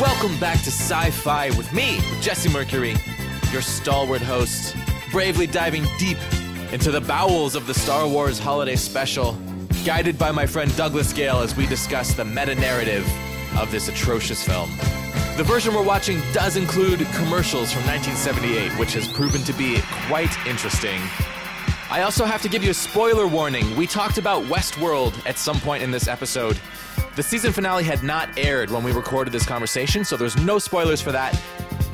Welcome back to Sci Fi with me, Jesse Mercury, your stalwart host, bravely diving deep into the bowels of the Star Wars Holiday Special, guided by my friend Douglas Gale as we discuss the meta narrative of this atrocious film. The version we're watching does include commercials from 1978, which has proven to be quite interesting. I also have to give you a spoiler warning. We talked about Westworld at some point in this episode. The season finale had not aired when we recorded this conversation, so there's no spoilers for that.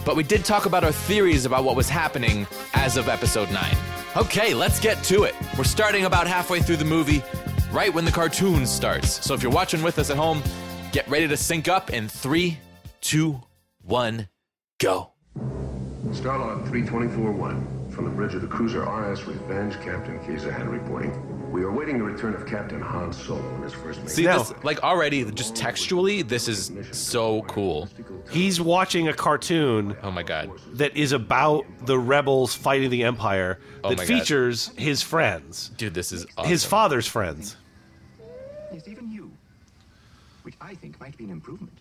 But we did talk about our theories about what was happening as of episode 9. Okay, let's get to it. We're starting about halfway through the movie, right when the cartoon starts. So if you're watching with us at home, get ready to sync up in three, two, one, go. Starlog 324-1, from the bridge of the cruiser RS Revenge, Captain Kazahan reporting. We are waiting the return of Captain Han Solo and his first mate. See, Now- this, like already, just textually, this is so cool. He's watching a cartoon Oh my god. that is about the rebels fighting the empire Oh that my God. features his friends, Dude, this is awesome. his father's friends. There's even you, which I think might be an improvement.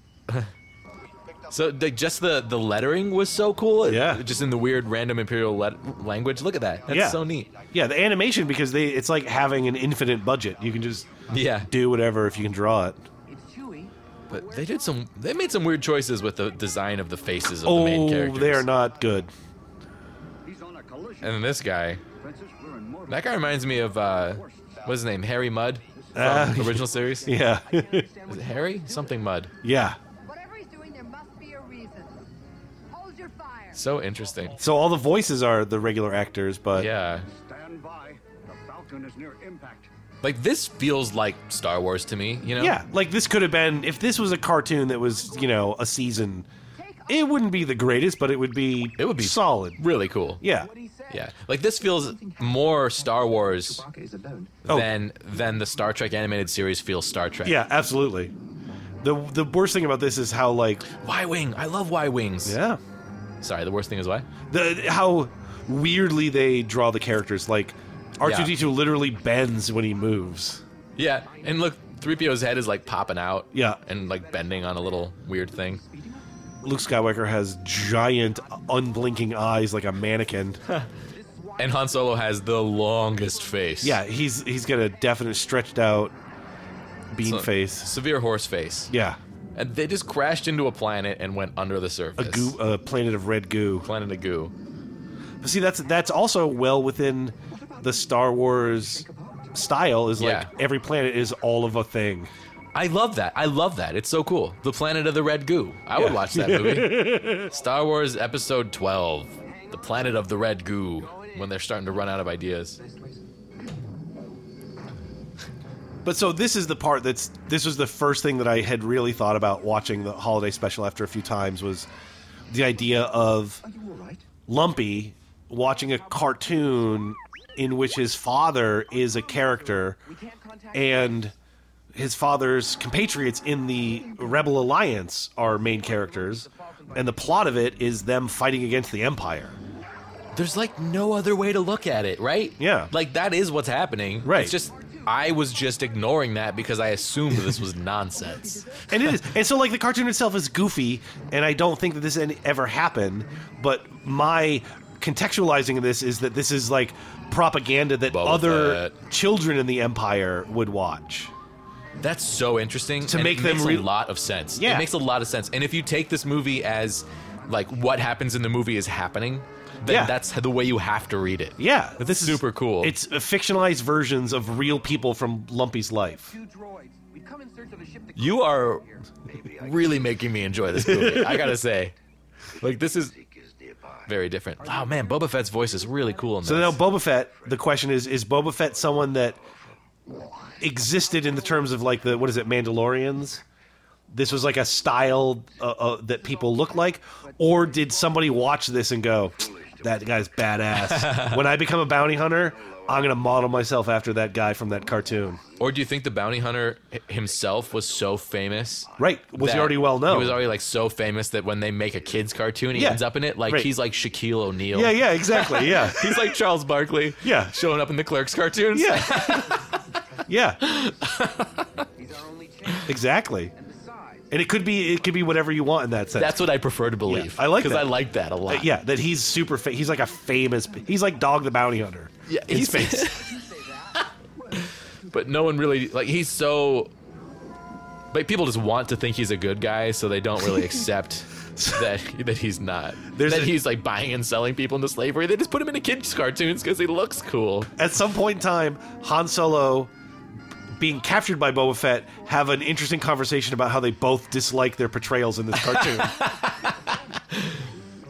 So like, just the the lettering was so cool. Yeah. Just in the weird random imperial let- language. Look at that. That's yeah. so neat. Yeah, the animation because they it's like having an infinite budget. You can just Yeah. do whatever if you can draw it. It's Chewie. But they did some they made some weird choices with the design of the faces of the main Oh, characters. they are not good. He's on a collision. And then this guy, Princess, we're in more. that guy reminds me of uh what's his name? Harry Mudd from Ah, the original series. Yeah, Is it Harry? Something Mudd. yeah. Whatever he's doing, there must be a reason. Hold your fire. So interesting. So all the voices are the regular actors, but Yeah. Stand by. The Falcon is near impact. Like this feels like Star Wars to me, you know? yeah, like this could have been if this was a cartoon that was you know a season. It wouldn't be the greatest, but it would be It would be solid. Really cool. Yeah, What he said. Yeah. Like this feels more Star Wars Chewbacca is alone. Oh. than than the Star Trek animated series feels Star Trek. yeah, absolutely. The the worst thing about this is how like Y wing. I love Y wings. yeah, Sorry, the worst thing is Y. the how weirdly they draw the characters. Like R two D two literally bends when he moves. Yeah, and look, three PO's head is like popping out. Yeah. and like bending on a little weird thing. Luke Skywalker has giant, unblinking eyes like a mannequin. And Han Solo has the longest face. yeah, he's he's got a definite stretched out bean So- face. severe horse face. Yeah, and they just crashed into a planet and went under the a surface. goo, a planet of red goo. Planet of goo. But see, that's that's also well within the Star Wars style. Is like Yeah. every planet is all of a thing. I love that. I love that. It's so cool. The Planet of the Red Goo. I would Yeah. watch that movie. Star Wars Episode 12 The Planet of the Red Goo. When they're starting to run out of ideas. But so this is the part that's this was the first thing that I had really thought about watching the holiday special after a few times was the idea of Are you all right? Lumpy watching a cartoon in which his father is a character and his father's compatriots in the Rebel Alliance are main characters and the plot of it is them fighting against the empire. There's like no other way to look at it, right? Yeah. Like that is what's happening. Right. It's just, I was just ignoring that because I assumed this was nonsense. and it is and so like the cartoon itself is goofy and i don't think that this any, ever happened but my contextualizing of this is that this is like propaganda that Boba other Fett. children in the empire would watch That's so interesting. To and make it them makes re- a lot of sense. Yeah. It makes a lot of sense. And if you take this movie as like what happens in the movie is happening, then Yeah. that's the way you have to read it. yeah But this is super cool. it's fictionalized versions of real people from lumpy's life Two droids. We've come in search of a ship that. You are really making me enjoy this movie. I gotta say, like this is very different. Oh man, Boba Fett's voice is really cool in this. so now boba fett the question is is boba fett someone that existed in the terms of like the what is it mandalorians this was like a style uh, uh, that people look like or did somebody watch this and go that guy's badass when i become a bounty hunter i'm going to model myself after that guy from that cartoon or do you think the bounty hunter h- himself was so famous? right was he that already well known He was already like so famous that when they make a kids cartoon, he Yeah. ends up in it. Like Right. he's like Shaquille O'Neal. yeah yeah exactly yeah He's like Charles Barkley. Yeah. Showing up in the Clerks cartoons. yeah yeah He's our only chance. exactly Besides, and it could be it could be whatever you want in that sense. That's what I prefer to believe. Yeah, I like because that. I like that a Uh, lot. yeah, that he's super. Fa- he's like a famous. He's like Dog the Bounty Hunter. yeah, in he's- space. but no one really like he's so. Like people just want to think he's a good guy, so they don't really accept that that he's not. There's that a- he's like buying and selling people into slavery. They just put him into kids' cartoons because he looks cool. At some point in time, Han Solo being captured by Boba Fett have an interesting conversation about how they both dislike their portrayals in this cartoon.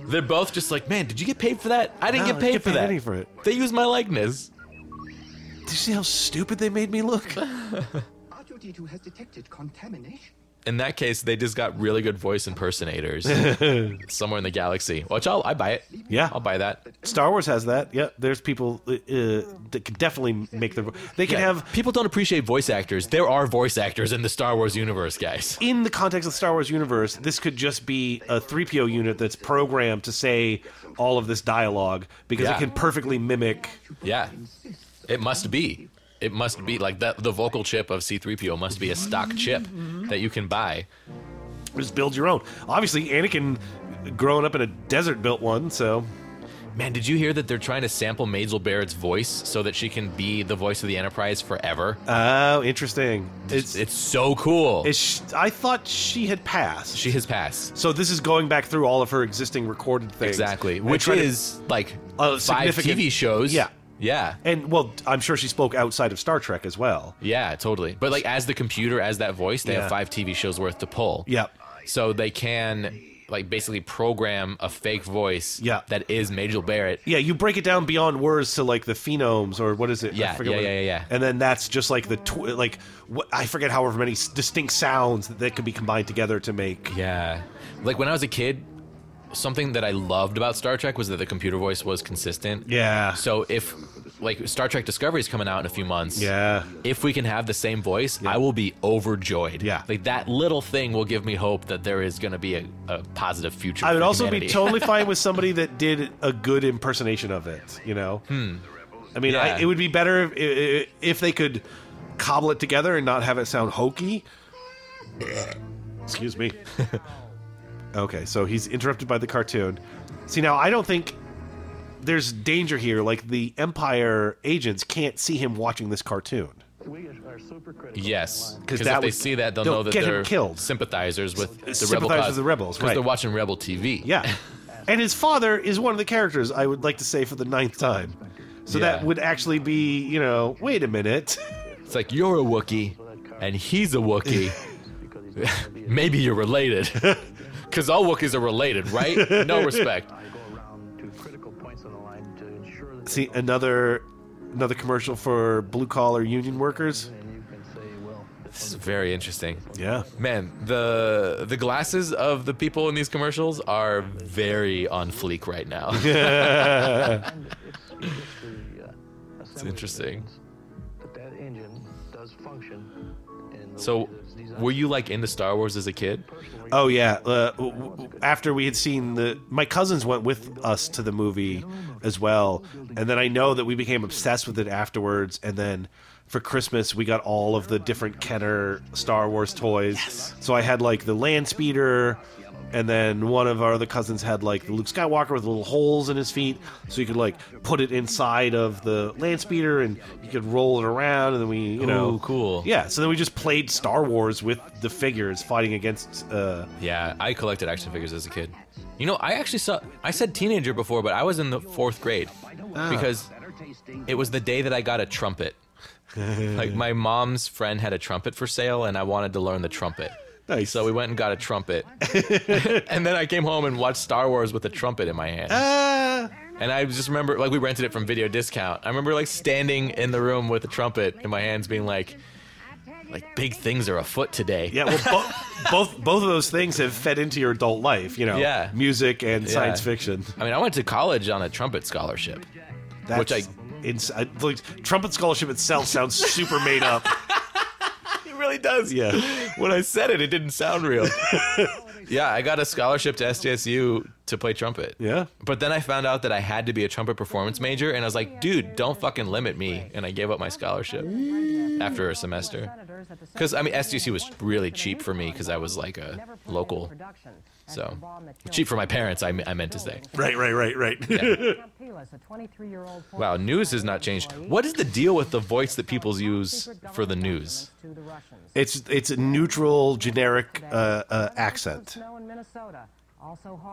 They're both just like, man, did you get paid for that? I didn't No, get I didn't paid get for paid that. any for it." They use my likeness. Did you see how stupid they made me look? R2D2 has detected contamination. In that case, they just got really good voice impersonators somewhere in the galaxy. Watch, I'll I buy it. Yeah. I'll buy that. Star Wars has that. Yeah, there's people uh, uh, that could definitely make their. vo- They can Yeah. have people don't appreciate voice actors. There are voice actors in the Star Wars universe, guys. in the context of the Star Wars universe, this could just be a 3PO unit that's programmed to say all of this dialogue because Yeah. it can perfectly mimic. Yeah, it must be. It must be like that. The vocal chip of C-3PO must be a stock chip that you can buy. Just build your own. Obviously, Anakin growing up in a desert built one, so Man, did you hear that they're trying to sample Maisel Barrett's voice so that she can be the voice of the Enterprise forever? oh, interesting. it's It's, it's so cool. it's sh I thought she had passed. she has passed. so this is going back through all of her existing recorded things. Exactly, and which trying to- is like A five significant- TV shows. Yeah. yeah, and well, I'm sure she spoke outside of Star Trek as well. yeah, totally. But like as the computer, as that voice, they Yeah. have five TV shows worth to pull. Yeah. so they can like basically program a fake voice Yeah. that is Majel Barrett. Yeah, you break it down beyond words to like the phenomes or what is it? I Yeah, forget yeah, what- yeah, yeah, yeah. And then that's just like the tw- like wh- I forget however many s- distinct sounds that, that could be combined together to make. Yeah. Like when I was a kid, something that I loved about Star Trek was that the computer voice was consistent. Yeah. So if like Star Trek Discovery is coming out in a few months, Yeah. if we can have the same voice, I will be overjoyed. Yeah. Like that little thing will give me hope that there is going to be a, a positive future. I would for also be humanity. totally fine with somebody that did a good impersonation of it. You know. Hmm. I mean, Yeah. I, it would be better if, i- i- if they could cobble it together and not have it sound hokey. Excuse me. okay, so he's interrupted by the cartoon. See, now I don't think there's danger here. Like the Empire agents can't see him watching this cartoon. Yes, because that if they would- see that, they'll, they'll know that get him they're killed. sympathizers with the rebel sympathizers with the rebels, because right. they're watching Rebel TV. Yeah. And his father is one of the characters I would like to say for the ninth time. So that Yeah. would actually be, you know, wait a minute. It's like you're a Wookiee and he's a Wookiee. Maybe you're related. Because all Wookiees are related, right? No respect. See another another commercial for blue collar union workers. This is very interesting. Yeah. Man, the the glasses of the people in these commercials are very on fleek right now. It's interesting. uh, But that engine does function. In the so, way that it's designed. were you like into Star Wars as a kid? Oh yeah. Uh, w- w- after we had seen the, my cousins went with us to the movie as well, and then I know that we became obsessed with it afterwards. And then for Christmas we got all of the different Kenner Star Wars toys. So I had like the land speeder. And then one of our other cousins had like the Luke Skywalker with little holes in his feet, so you could like put it inside of the land speeder and you could roll it around. And then we, you know, Ooh, cool. yeah. So then we just played Star Wars with the figures fighting against uh, Yeah, I collected action figures as a kid. You know, I actually saw. I said teenager before, but I was in the fourth grade Ah. because Uh, it was the day that I got a trumpet. like my mom's friend had a trumpet for sale, and I wanted to learn the trumpet. Nice. So we went and got a trumpet, and then I came home and watched Star Wars with a trumpet in my hand. Uh, And I just remember, like, we rented it from Video Discount. I remember, like, standing in the room with a trumpet in my hands, being like, like big things are afoot today. yeah, well, bo- both both of those things have fed into your adult life, you know, Yeah. music and science Yeah. fiction. I mean, I went to college on a trumpet scholarship. That's Which I- ins- I- like, trumpet scholarship itself sounds super made up. It really does. Yeah. When I said it, it didn't sound real. Yeah, I got a scholarship to SDSU to play trumpet. Yeah. But then I found out that I had to be a trumpet performance major, and I was like, dude, don't fucking limit me. And I gave up my scholarship after a semester. Because, I mean, SDSU was really cheap for me because I was like a local. So, cheap for my parents, I, me- I meant to say. Right, right, right, right. Wow, news has not changed. What is the deal with the voice that people use for the news? it's it's a neutral, generic uh, uh, accent.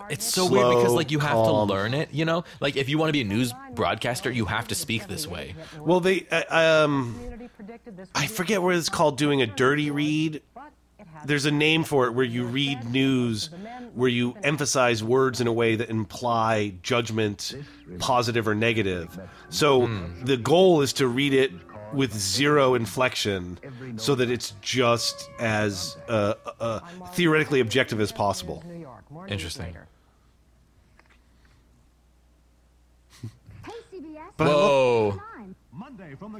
It's so weird because Slow, like you have calm. to learn it, you know? Like if you want to be a news broadcaster, you have to speak this way. Well, they uh, um, I forget what it's called. Doing a dirty read. There's a name for it where you read news, where you emphasize words in a way that imply judgment, positive or negative. So the goal is to read it with zero inflection, so that it's just as uh, uh, theoretically objective as possible. Interesting. But I love- Whoa.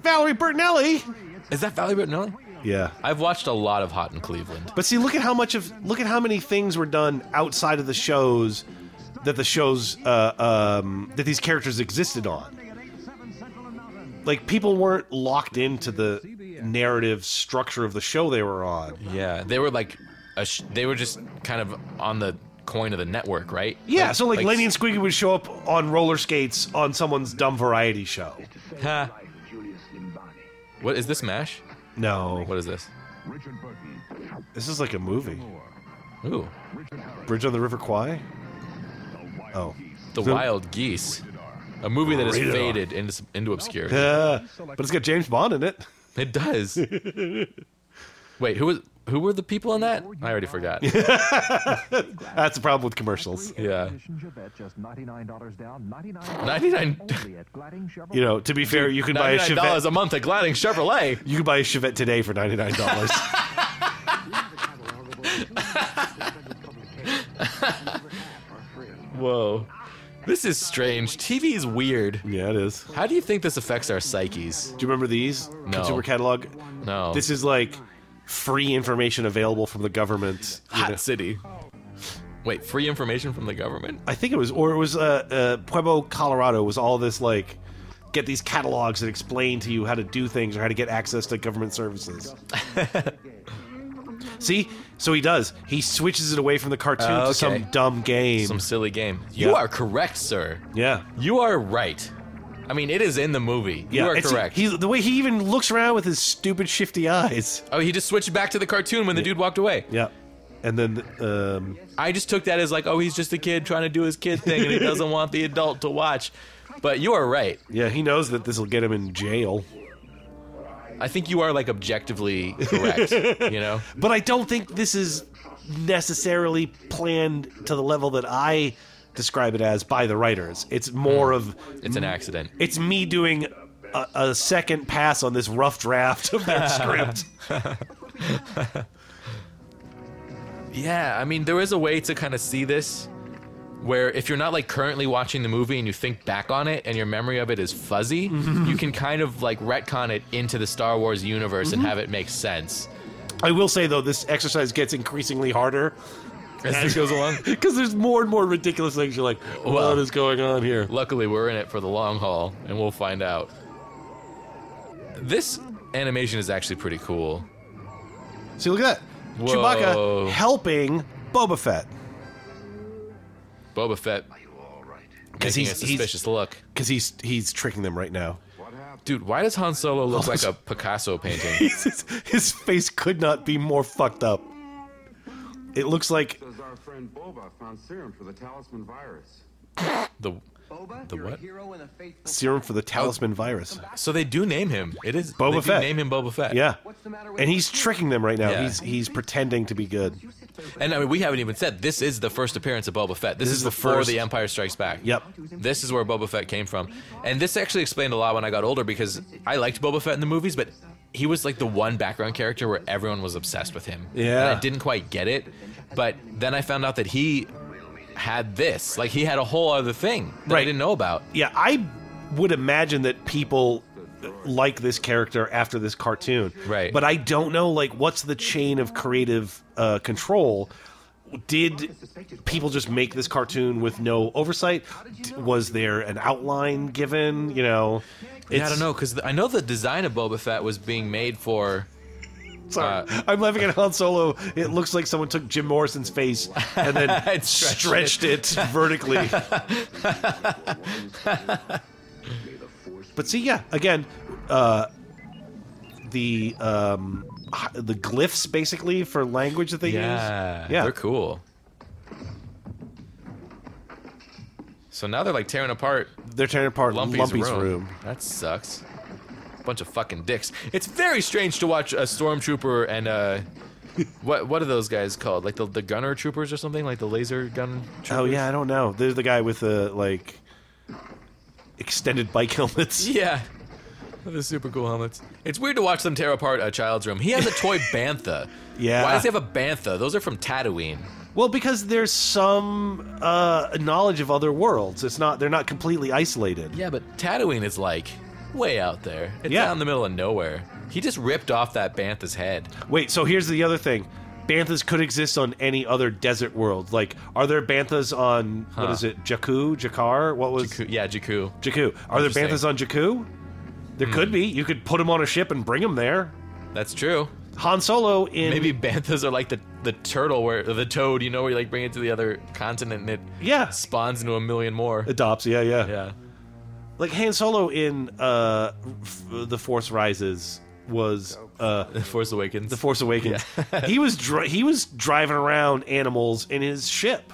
Valerie Bertinelli. Is that Valley Bertinelli? Yeah. I've watched a lot of Hot in Cleveland. But see, look at how much of look at how many things were done outside of the shows that the shows uh, um, that these characters existed on. Like people weren't locked into the narrative structure of the show they were on. Yeah, they were like, a sh- they were just kind of on the coin of the network, right? Yeah, so like, Lenny and Squiggy would show up on roller skates on someone's dumb variety show. Ha. Julius Limbani. What is this? Mash? No, What is this? Richard Burton, this is like a movie. Ooh, Bridge on the River Kwai. Oh, The So- Wild Geese, a movie that has Rated R. faded into into obscurity. Uh, but it's got James Bond in it. It does. Wait, who was who were the people on that? I already forgot. That's the problem with commercials. Yeah. Chevette, just $99 down, 99 Ninety nine only at Gladding Chevrolet. You know, to be fair, you can buy a ninety nine Chevette dollars a month at Gladding Chevrolet. You can buy a Chevette today for ninety nine dollars. Whoa, this is strange. TV is weird. yeah, it is. Do How do you think this affects our psyches? you remember these consumer catalog? No. This is like free information available from the government. you know. Hot City. Wait, free information from the government? I think it was, or it was uh, uh, Pueblo, Colorado. Was all this like get these catalogs that explain to you how to do things or how to get access to government services? See, so he does. He switches it away from the cartoon Oh, to some okay. dumb game. Some silly game. You Mm. Yeah. are correct, sir. yeah. You are right. I mean, it is in the movie. Yeah, you are it's- correct. He, the way he even looks around with his stupid shifty eyes. oh, he just switched back to the cartoon when the dude walked away. Yeah. And then um, I just took that as like, oh, he's just a kid trying to do his kid thing and he doesn't want the adult to watch. But you are right. yeah, he knows that this will get him in jail. I think you are like objectively correct. you know? But I don't think this is necessarily planned to the level that I describe it as by the writers. It's more of Hmm. It's an accident. it's me doing a, a second pass on this rough draft of their script. Yeah, I mean, there is a way to kind of see this where if you're not like currently watching the movie and you think back on it and your memory of it is fuzzy, you can kind of like retcon it into the Star Wars universe Mm-hmm. and have it make sense I will say though, this exercise gets increasingly harder as this goes along. because there's more and more ridiculous things. You're like, Well- what is going on here? Luckily, we're in it for the long haul, and we'll find out. This animation is actually pretty cool. See, look at that. Whoa. Chewbacca helping Boba Fett Boba Fett because making he's a suspicious look. because he's he's tricking them right now. Dude, why does Han Solo look like a Picasso painting? his, his face could not be more fucked up. It looks like Says our friend Boba found serum for the talisman virus. The Boba, The you're what? a hero and a faithful. serum for the talisman virus. so they do name him. It is Boba they do Fett. Name him Boba Fett. Yeah, What's the matter with and he's tricking them right now. Yeah. He's he's pretending to be good. you sit there with And I mean, we haven't even said this is the first appearance of Boba Fett. This, is, is the before first- the Empire Strikes Back. Yep. This is where Boba Fett came from. And this actually explained a lot when I got older because I liked Boba Fett in the movies, but he was like the one background character where everyone was obsessed with him. Yeah. And I didn't quite get it. But then I found out that he had this. Like he had a whole other thing that I Right. didn't know about. Yeah, I would imagine that people like this character after this cartoon. Right. But I don't know like what's the chain of creative uh, control did people just make this cartoon with no oversight? D- Was there an outline given? You know, yeah, I don't know because I know the design of Boba Fett was being made for. Sorry, Uh, I'm laughing at Han Solo. It looks like someone took Jim Morrison's face and then And stretched stretched, it, vertically. but see, yeah, again, uh, the um, h- the glyphs basically for language that they Yeah, use. Yeah, they're cool. So now they're like tearing apart They're tearing apart Lumpy's, Lumpy's, room. room. That sucks. Bunch of fucking dicks. It's very strange to watch a stormtrooper and uh, what what are those guys called? Like the, the gunner troopers or something? Like the laser gun? Troopers? Oh yeah, I don't know. There's the guy with the like extended bike helmets. Yeah. The super cool helmets. It's weird to watch them tear apart a child's room. He has a toy bantha. Yeah. Why does he have a bantha? Those are from Tatooine. Well, because there's some uh, knowledge of other worlds. It's not they're not completely isolated. Yeah, but Tatooine is like way out there. It's Yeah. out in the middle of nowhere. He just ripped off that bantha's head. Wait, so here's the other thing. Banthas could exist on any other desert world. Like, are there banthas on what Huh. is it, Jakku, Jakar? What was Jakku- Yeah, Jakku. Jakku? Are there Interesting. Hmm. banthas on Jakku? There could be. You could put them on a ship and bring them there. That's true. Han Solo in Maybe banthas are like the the turtle where or the toad, you know, where you like bring it to the other continent and it Yeah. spawns into a million more. adopts. Yeah, yeah, Yeah. Like Han Solo in uh, f- the Force Rises was uh, Force Awakens. the Force Awakens. he was dri- he was driving around animals in his ship.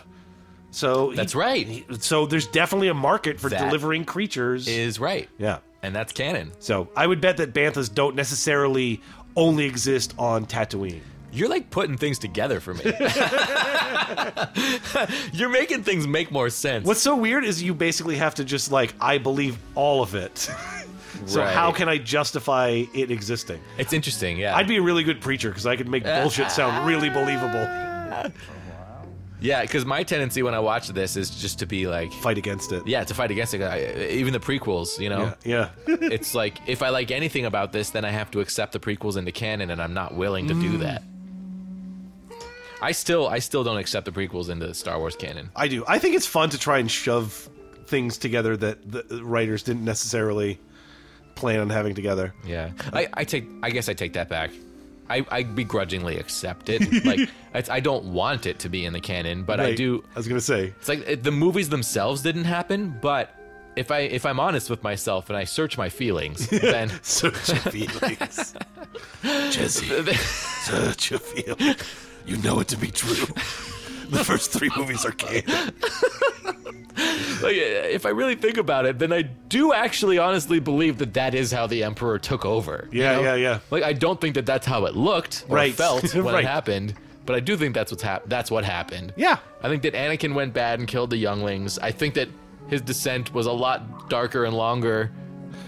So he- That's right. he- so there's definitely a market for That delivering creatures. is right. yeah. And that's canon. So I would bet that banthas don't necessarily only exist on Tatooine. You're like putting things together for me. You're making things make more sense. What's so weird is you basically have to just like I believe all of it. so Right. how can I justify it existing? It's interesting, yeah. I'd be a really good preacher because I could make bullshit sound really believable. yeah, because my tendency when I watch this is just to be like, Fight against it. yeah, to fight against it. I- Even the prequels, you know? Yeah. yeah. it's like if I like anything about this, then I have to accept the prequels into canon, and I'm not willing to Mm. do that. I still, I still don't accept the prequels into Star Wars canon. I do. I think it's fun to try and shove things together that the writers didn't necessarily plan on having together. Yeah, I, I take, I guess I take that back. I, I begrudgingly accept it. like it's, I don't want it to be in the canon, but I Right. do. I was gonna say. It's like it, the movies themselves didn't happen, but if I if I'm honest with myself and I search my feelings, then Search your feelings, Jesse. Search your feelings. You know it to be true. The first three movies are canon. Like, uh, if I really think about it, then I do actually honestly believe that that is how the emperor took over. you Yeah, know? yeah, yeah. Like I don't think that that's how it looked or Right. felt when Right. it happened, but I do think that's what's hap- that's what happened. Yeah. I think that Anakin went bad and killed the younglings. I think that his descent was a lot darker and longer,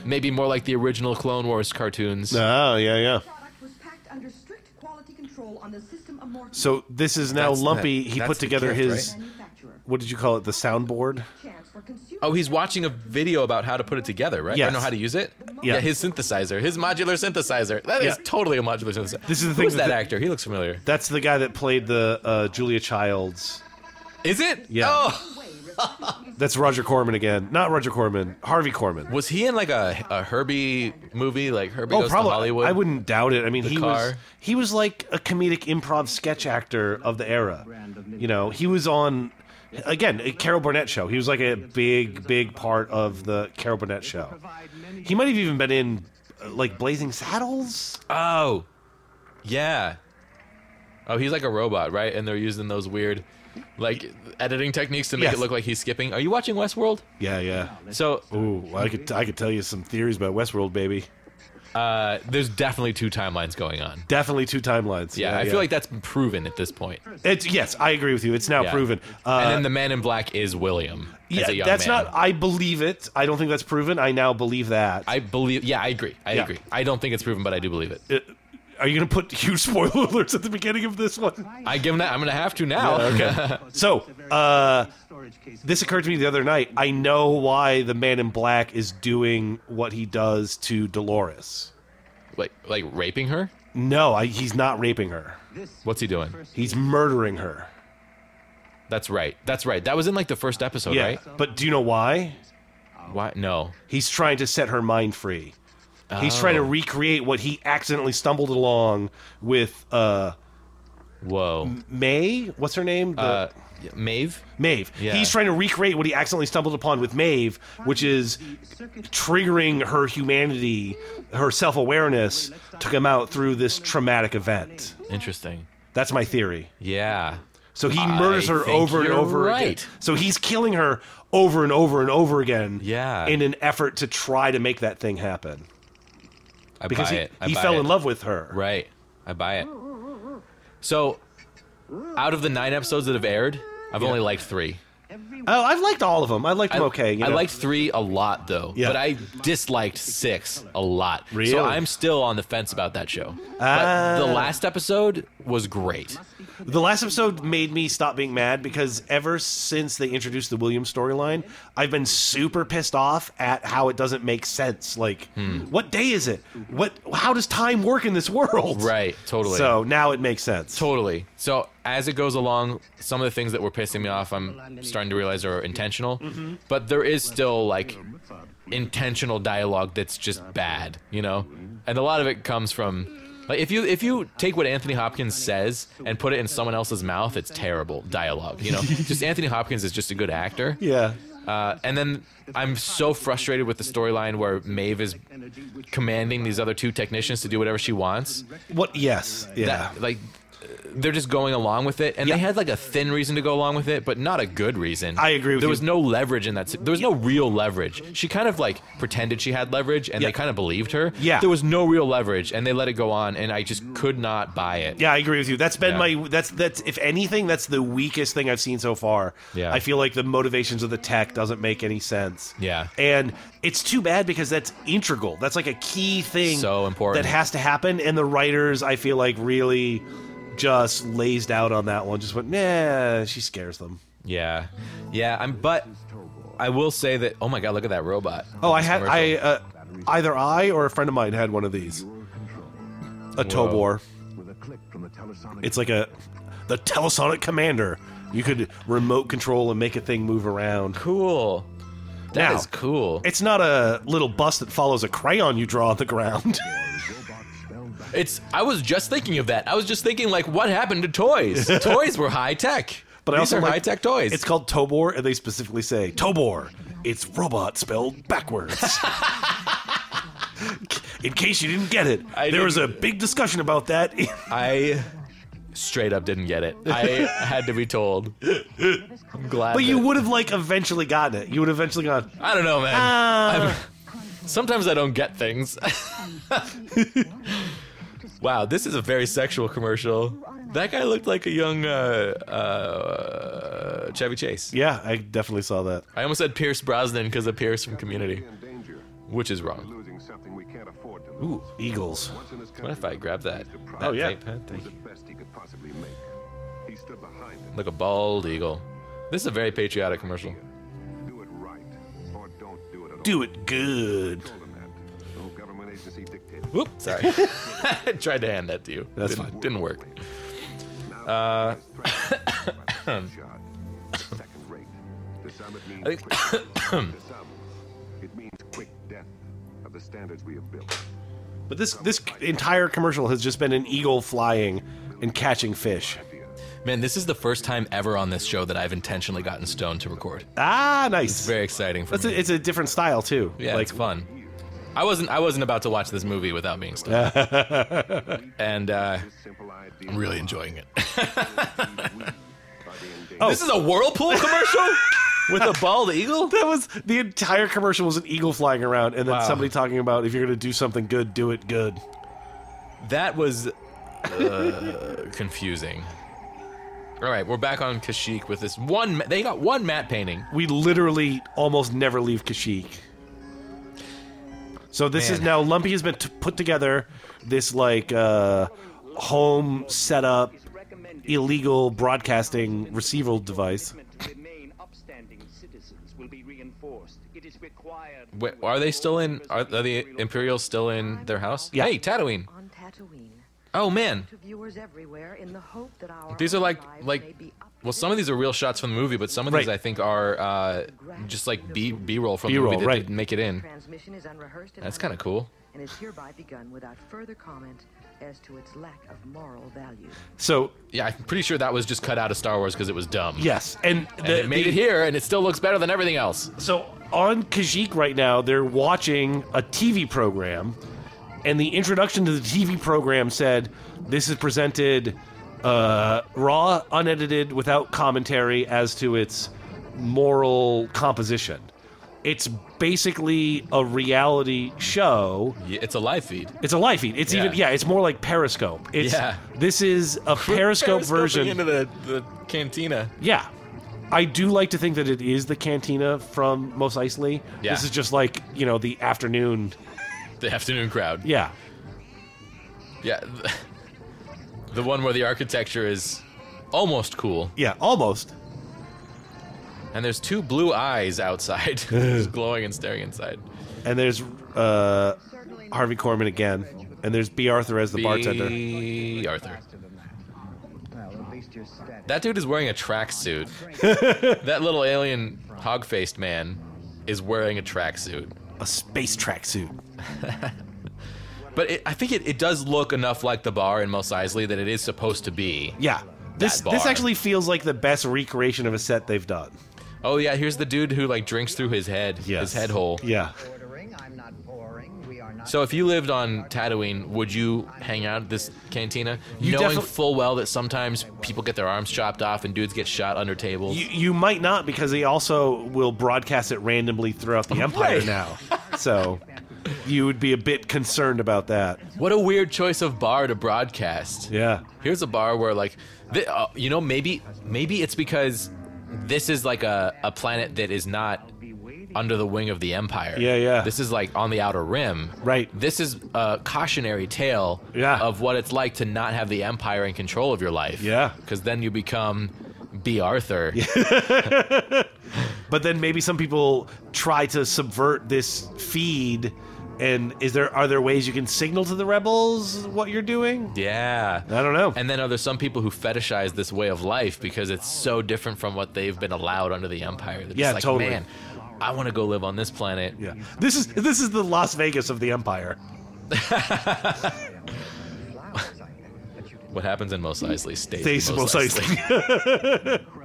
maybe more like the original Clone Wars cartoons. Oh yeah, yeah. product was packed under strict quality control on the system of Morton So this is now That's the- Lumpy. he that's put the together gift, his manufacturer. what did you call it? The soundboard. Chance for consumer Oh, he's watching a video about how to put it together, right? I Yes. know how to use it. Yeah. his synthesizer, his modular synthesizer. That is Yeah. totally a modular synthesizer. This is the Who thing that that the- actor? He looks familiar. That's the guy that played the uh, Julia Childs. Is it? Yeah. Oh. That's Roger Corman again. Not Roger Corman. Harvey Corman. Was he in like a, a Herbie movie, like Herbie Goes to Hollywood? Oh, I wouldn't doubt it. I mean, he was car. he was like a comedic improv sketch actor of the era. You know, he was on again a Carol Burnett show. He was like a big, big part of the Carol Burnett show. He might have even been in uh, like Blazing Saddles. Oh, yeah. Oh, he's like a robot, right? And they're using those weird, like, editing techniques to make Yes. it look like he's skipping. Are you watching Westworld? Yeah, yeah. So Ooh, I could I could tell you some theories about Westworld, baby. uh, there's definitely two timelines going on. Definitely two timelines. Yeah, I feel like that's been proven at this point. it's yes. I agree with you. It's now Yeah. Uh, proven. Uh, and then the Man in Black is William. as a young that's man. not. I believe it. I don't think that's proven. I now believe that. I believe. Yeah, I agree. I Yeah. agree. I don't think it's proven, but I do believe it. Uh, Are you going to put huge spoiler alerts at the beginning of this one? I give him that. I'm gonna have to now. Okay. so, uh, this occurred to me the other night. I know why the man in black is doing what he does to Dolores. like, like raping her. No, I, he's not raping her. What's he doing? He's murdering her. That's right. That's right. That was in like the first episode, yeah, right? but do you know why? Why? No. He's trying to set her mind free. He's trying to Oh. recreate what he accidentally stumbled along with uh, Whoa. May. What's her name? The, Uh, Mm. Maeve. Maeve. yeah. He's trying to recreate what he accidentally stumbled upon with Maeve, which is triggering her humanity, her self awareness to come out through this traumatic event. Interesting. That's my theory. Yeah. So he I murders her think over and you're over right. again. So he's killing her over and over and over again. Yeah. In an effort to try to make that thing happen. I Because buy he, it. I he buy fell it. in love with her. Right. I buy it. So, out of the nine episodes that have aired, I've only liked three. Oh, I've liked all of them. I liked them I- okay. You I know? liked three a lot though, Yeah. but I disliked six a lot. Really? So I'm still on the fence about that show. Ah. But the last episode was great. the last episode made me stop being mad because ever since they introduced the Williams storyline, I've been super pissed off at how it doesn't make sense. Like, Hmm. what day is it? What? How does time work in this world? Right, totally. So now it makes sense. Totally. So as it goes along, some of the things that were pissing me off, I'm starting to realize are intentional. But there is still like intentional dialogue that's just bad, you know. And a lot of it comes from like if you if you take what Anthony Hopkins says and put it in someone else's mouth, it's terrible dialogue, you know. just Anthony Hopkins is just a good actor. Yeah. Uh, and then I'm so frustrated with the storyline where Maeve is commanding these other two technicians to do whatever she wants What? Yes. Yeah. that like uh, they're just going along with it and Yeah. they had like a thin reason to go along with it but not a good reason I agree with there you. was no leverage in that si- there was no real leverage she kind of like pretended she had leverage and Yeah. they kind of believed her Yeah. there was no real leverage and they let it go on and i just could not buy it Yeah, I agree with you. That's been Yeah. my that's that's if anything that's the weakest thing I've seen so far. Yeah. I feel like the motivations of the tech doesn't make any sense. Yeah. And it's too bad because that's integral. That's like a key thing So important. that has to happen and the writers I feel like really just lazed out on that one. Just went, "Nah, she scares them." yeah yeah i'm but i will say that oh my god look at that robot Oh, I had I Commercial. uh, either I or a friend of mine had one of these. A Tobor. With a click from the telesonic It's like a the telesonic commander. You could remote control and make a thing move around. cool That is Now- cool It's not a little bus that follows a crayon you draw on the ground. It's. I was just thinking of that. I was just thinking, like, what happened to toys? toys were high tech. But These I also are like- high tech toys. It's called Tobor, and they specifically say Tobor. It's robot spelled backwards. in case you didn't get it, I there was a didn't- big discussion about that. I straight up didn't get it. I had to be told. I'm glad. but you that- would have like eventually gotten it. You would have eventually gone. I don't know, man. Ah. I'm- sometimes I don't get things. wow, this is a very sexual commercial. That guy looked like a young uh, uh, Chevy Chase. Yeah, I definitely saw that. I almost said Pierce Brosnan because of Pierce from Community, in danger. which is wrong. Losing something we can't afford to lose. Ooh, Eagles. Once in his country, what if I grab that? that Oh, yeah. vape pen? Thank was the best he could possibly make. He stood behind it. like a bald eagle. This is a very patriotic commercial. Do it right, or don't do it at all. Do it good. Told him that. No government agency dictated. Whoop, sorry. I tried to hand that to you. That's didn't, fine. Didn't work. Now, uh, shot. Second rate. To some, it means quick. to some, it means quick death of the standards we have built. But this this entire commercial has just been an eagle flying and catching fish. Man, this is the first time ever on this show that I've intentionally gotten stoned to record. Ah, nice. Very exciting for That's me. a, it's a different style too. yeah, like it's fun. I wasn't I wasn't about to watch this movie without being stoned. and uh, Simple idea. I'm really enjoying it. By the end, This is a whirlpool commercial with a bald eagle? That was the entire commercial was an eagle flying around, and then Wow. somebody talking about if you're going to do something good, do it good. That was uh, confusing. All right, we're back on Kashyyyk with this one. ma- They got one matte painting. We literally almost never leave Kashyyyk. So this is Man. now Lumpy has been t- put together this like uh, home setup illegal broadcasting receiver device. Remain upstanding citizens will be reinforced. It is required. Wait, are they still in? Are, are the Imperials still in their house? Yeah. Hey, Tatooine. On Tatooine, Oh man, to viewers everywhere in the hope that our these are own like lives may like be up well, some of these are real shots from the movie, but some of these Right. I think are uh, just like B B roll from B-roll, the movie that right. didn't make it in. transmission is unrehearsed and That's kind of cool. and is hereby begun without further comment as to its lack of moral value. So Yeah, I'm pretty sure that was just cut out of Star Wars because it was dumb. yes, and, and it made it here, and it still looks better than everything else. So on Kajik right now, they're watching a TV program, and the introduction to the TV program said, "This is presented uh, raw, unedited, without commentary as to its moral composition." It's basically a reality show. Yeah, it's a live feed. It's a live feed. It's even Yeah. yeah. It's more like Periscope. It's, Yeah. This is a Periscope version. into the, the cantina. Yeah. I do like to think that it is the cantina from Mos Eisley. Yeah. This is just like, you know, the afternoon. The afternoon crowd. Yeah. Yeah. th- The one where the architecture is almost cool. Yeah, almost. And there's two blue eyes outside, just glowing and staring inside. And there's uh, Harvey Korman again. And there's B. Arthur as the bartender. B. Arthur. That dude is wearing a tracksuit. that little alien hog faced man is wearing a tracksuit. A space tracksuit. But it, I think it, it does look enough like the bar in Mos Eisley that it is supposed to be. Yeah. This That this bar. actually feels like the best recreation of a set they've done. Oh yeah, here's the dude who like drinks through his head, his head hole. Yeah. ordering. I'm not boring. We are not. So if you lived on Tatooine, would you hang out at this cantina, You knowing defi- full well that sometimes people get their arms chopped off and dudes get shot under tables? You, you might not because they also will broadcast it randomly throughout the empire Right. now. So you would be a bit concerned about that. what a weird choice of bar to broadcast. Yeah. Here's a bar where like, th- uh, you know, maybe maybe it's because this is like a, a planet that is not under the wing of the empire. Yeah, yeah. This is like on the outer rim. Right. This is a cautionary tale Yeah. of what it's like to not have the empire in control of your life. Yeah. Because then you become B. Arthur. But then maybe some people try to subvert this feed. And is there are there ways you can signal to the rebels what you're doing? Yeah. I don't know. And then are there some people who fetishize this way of life because it's so different from what they've been allowed under the empire? They're just Yeah, like, totally. Man, I want to go live on this planet. yeah, this is this is the Las Vegas of the Empire. Flowers, I think, but you didn't. What happens in Mos Eisley stays, They in most Mos Eisley. likely.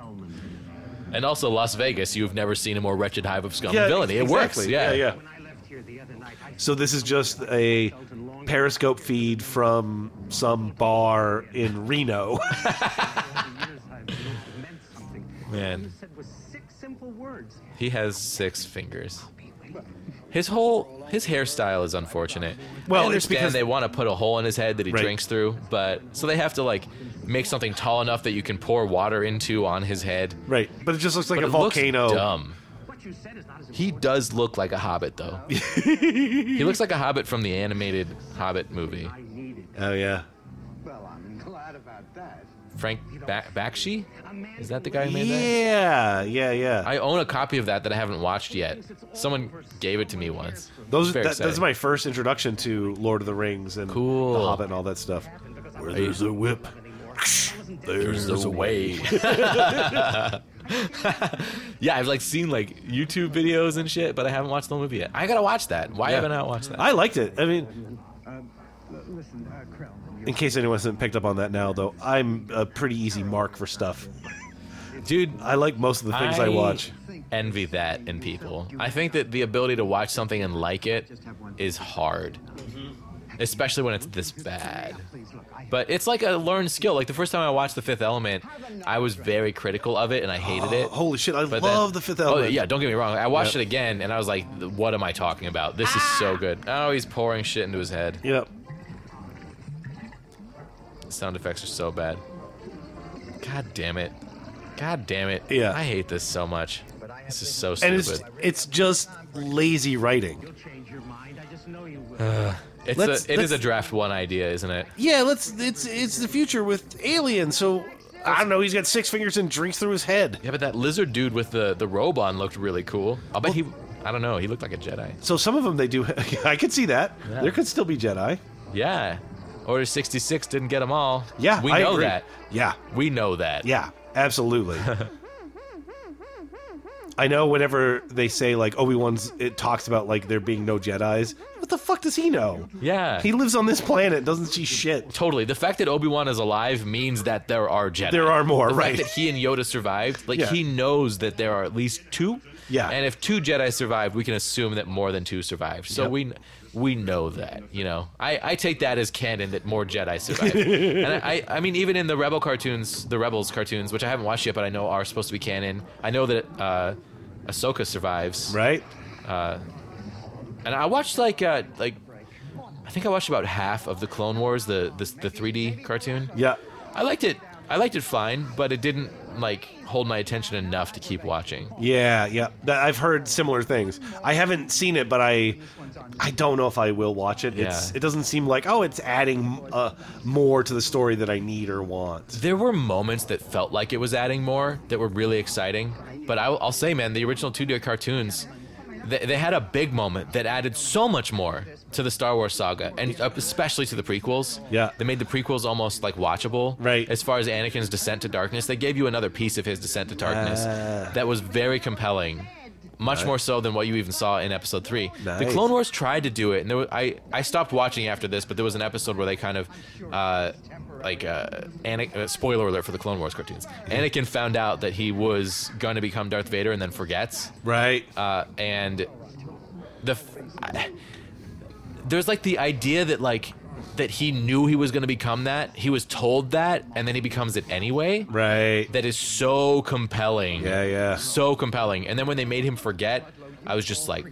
And also Las Vegas, you've never seen a more wretched hive of scum Yeah, and villainy. It exactly. works. Yeah. yeah, When I left here the other night, I So this is just a Periscope feed from some bar in Reno. meant something. Man, Said was six simple words. he has six fingers. His whole his hairstyle is unfortunate. Well, I it's understand because- they want to put a hole in his head that he Right. drinks through, but so they have to like make something tall enough that you can pour water into on his head. right, but it just looks like But a it volcano. Looks dumb. What you said is not as He does look like a hobbit, though. he looks like a hobbit from the animated Hobbit movie. I needed. Oh yeah, Well, I'm glad about that. Frank ba- Bakshi? Is that the guy who made that? yeah, yeah, yeah. I own a copy of that that I haven't watched yet. Someone gave it to me once. Those Very that, that's exciting. my first introduction to Lord of the Rings and Cool. The Hobbit and all that stuff. Where there's a whip, there's There's a way. yeah, I've like seen like YouTube videos and shit, but I haven't watched the movie yet. I gotta watch that. Why haven't I watched that? I liked it. I mean, Listen, uh, Krell, in case anyone hasn't picked up on that now, though, I'm a pretty easy mark for stuff. Dude, I like most of the things I, watch. Envy that in people. I think that the ability to watch something and like it is hard, especially when it's this bad. please look. I But it's like a learned skill. Like the first time I watched The Fifth Element, I was very critical of it and I hated it. Holy shit, Oh, I But then- love the Fifth Element. Oh yeah, don't get me wrong. I watched Yep. it again and I was like, "What am I talking about? This is so good." Oh, he's pouring shit into his head. Yep. The sound effects are so bad. God damn it. God damn it. Yeah. I hate this so much. This is so And stupid. it's it's just lazy writing. Change your mind. I just know you will. It's Let's- a, it is let's- a draft one idea, isn't it? Yeah, let's. It's it's the future with aliens. So I don't know. He's got six fingers and drinks through his head. Yeah, but that lizard dude with the the robe on looked really cool. I'll bet he. I don't know. He looked like a Jedi. So some of them they do. I could see that. Yeah. There could still be Jedi. Yeah. Order 66 didn't get them all. Yeah, we I know agree. that. Yeah, We know that. yeah, absolutely. I know. Whenever they say like Obi Wan's, it talks about like there being no Jedi's. What the fuck does he know? Yeah. He lives on this planet, doesn't see shit. Totally. The fact that Obi Wan is alive means that there are Jedi. There are more, the right? Fact that he and Yoda survived, like Yeah. he knows that there are at least two. Yeah. And if two Jedi survived, we can assume that more than two survived. So Yep. we we know that. You know, I, I take that as canon that more Jedi survived. and I, I I mean even in the Rebel cartoons, the Rebels cartoons, which I haven't watched yet, but I know are supposed to be canon. I know that uh, Ahsoka survives. Right? And I watched like uh, like. I think I watched about half of the Clone Wars, the the, the 3D cartoon. Yeah. I liked it. I liked it fine, but it didn't like hold my attention enough to keep watching. Yeah, yeah. That, I've heard similar things. I haven't seen it, but I, I don't know if I will watch it. It's, Yeah. it doesn't seem like oh, it's adding uh, more to the story that I need or want. There were moments that felt like it was adding more that were really exciting, but I'll, I'll say, man, the original 2D cartoons, they, they had a big moment that added so much more to the Star Wars saga, and uh, especially to the prequels. Yeah. they made the prequels almost like watchable. Right. As far as Anakin's descent to darkness, they gave you another piece of his descent to darkness Ah. that was very compelling. Much more so than what you even saw in episode three. The Nice. Clone Wars tried to do it, and there was, I I stopped watching after this, but there was an episode where they kind of, uh, like, uh, Ana- uh, spoiler alert for the Clone Wars cartoons. Anakin found out that he was going to become Darth Vader and then forgets, Right. uh, and the f- I- there's like the idea that like that he knew he was going to become that, he was told that, and then he becomes it anyway Right. that is so compelling. Yeah, yeah. So compelling. And then when they made him forget, I was just like,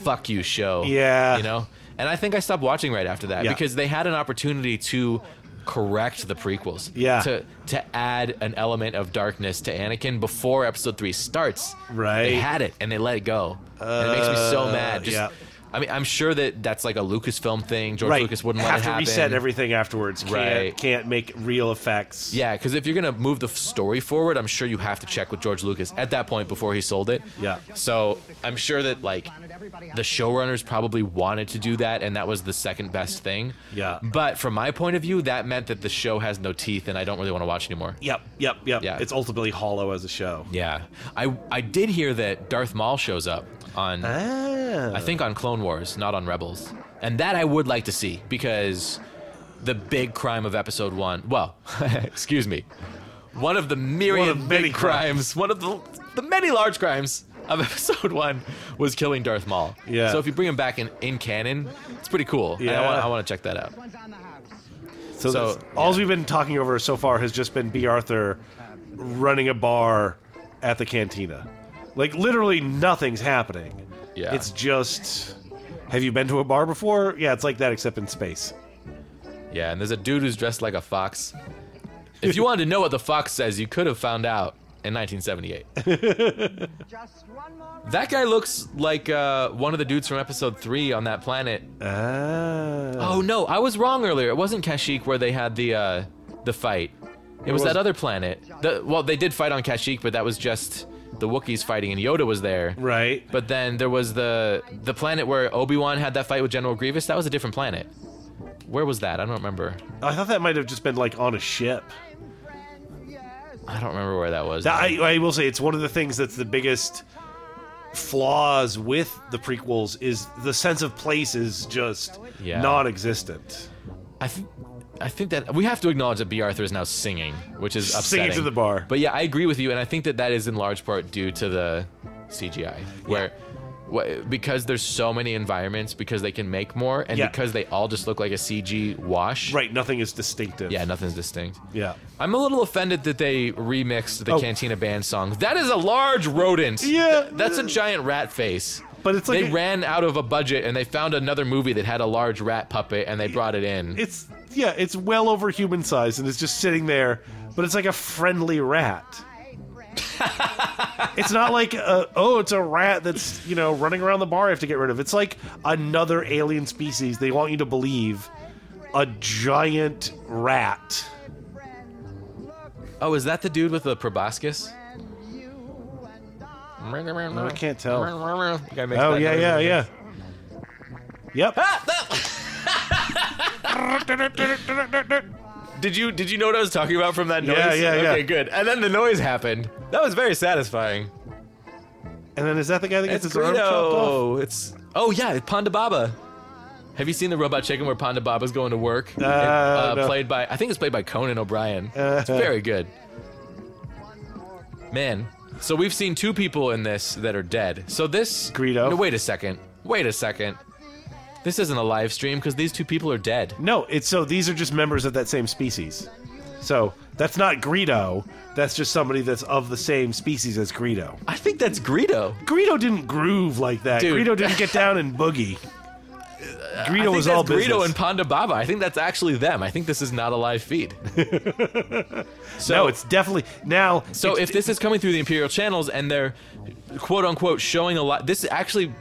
fuck you, show. Yeah. You know? And I think I stopped watching right after that Yeah. because they had an opportunity to correct the prequels. Yeah. To to add an element of darkness to Anakin before episode three starts. They Right. had it and they let it go. and it makes me so Uh, mad. Just, yeah. I mean, I'm sure that that's like a Lucasfilm thing. George right. Lucas wouldn't let Have it to happen. reset everything afterwards. Can't, Right. Can't make real effects. Yeah, because if you're gonna move the f- story forward, I'm sure you have to check with George Lucas at that point before he sold it. Yeah. So I'm sure that like the showrunners probably wanted to do that, and that was the second best thing. Yeah. But from my point of view, that meant that the show has no teeth, and I don't really want to watch anymore. Yep. Yep. Yep. Yeah. It's ultimately hollow as a show. Yeah. I I did hear that Darth Maul shows up on Ah. I think on Clone Wars, not on Rebels. And that I would like to see because the big crime of episode 1, well, excuse me. One of the myriad One of many big crimes, one of the the many large crimes of episode 1 was killing Darth Maul. Yeah. So if you bring him back in in canon, it's pretty cool. And I Yeah. want I want to check that out. So, So- that's- all we've been talking over so far has just been B. Arthur running a bar at the cantina. Like literally nothing's happening. Yeah. It's just have you been to a bar before? Yeah, it's like that except in space. Yeah, and there's a dude who's dressed like a fox. If you wanted to know what the fox says, you could have found out in 1978. Just one more. That guy looks like uh, one of the dudes from episode three on that planet. Ah. Oh no, I was wrong earlier. It wasn't Kashyyyk where they had the uh, the fight. It was was that it? other planet. The, well, they did fight on Kashyyyk, but that was just the Wookiees fighting, and Yoda was there. Right. But then there was the the planet where Obi Wan had that fight with General Grievous. That was a different planet. Where was that? I don't remember. I thought that might have just been like on a ship. I don't remember where that was. That, I, I will say it's one of the things that's the biggest flaws with the prequels is the sense of place is just Yeah. non-existent. I think I think that we have to acknowledge that B. Arthur is now singing, which is upsetting. Singing to the bar. But yeah, I agree with you, and I think that that is in large part due to the CGI, where wh- because there's so many environments, because they can make more, and Yeah. because they all just look like a CG wash. Right, nothing is distinctive. Yeah, nothing's distinct. Yeah. I'm a little offended that they remixed the Oh. Cantina Band song. That is a large rodent. Yeah. Th- That's a giant rat face. But it's like they a- ran out of a budget and they found another movie that had a large rat puppet and they brought it in. it's yeah, it's well over human size and it's just sitting there, but it's like a friendly rat. it's not like a, oh, it's a rat that's you know running around the bar. I have to get rid of. It's like another alien species. They want you to believe a giant rat. Oh, is that the dude with the proboscis? I can't tell. Guy makes Oh that yeah, noise. yeah, yeah. Yep. Did you did you know what I was talking about from that noise? Yeah, yeah, yeah. Okay, good. And then the noise happened. That was very satisfying. And then is that the guy that gets It's his arm chopped off? Greedo. It's oh yeah, it's Ponda Baba. Have you seen the Robot Chicken where Ponda Baba's going to work? Uh, no. Uh. Played by I think it's played by Conan O'Brien. it's very good. Man, so we've seen two people in this that are dead. So this Greedo. No, wait a second. Wait a second. This isn't a live stream because these two people are dead. No, it's so these are just members of that same species. So that's not Greedo. That's just somebody that's of the same species as Greedo. I think that's Greedo. Greedo didn't groove like that. Dude. Greedo didn't get down and boogie. I Greedo think was that's all Greedo business. and Ponda Baba. I think that's actually them. I think this is not a live feed. so no, it's definitely now. So if this is coming through the Imperial channels and they're quote unquote showing a lot, this actually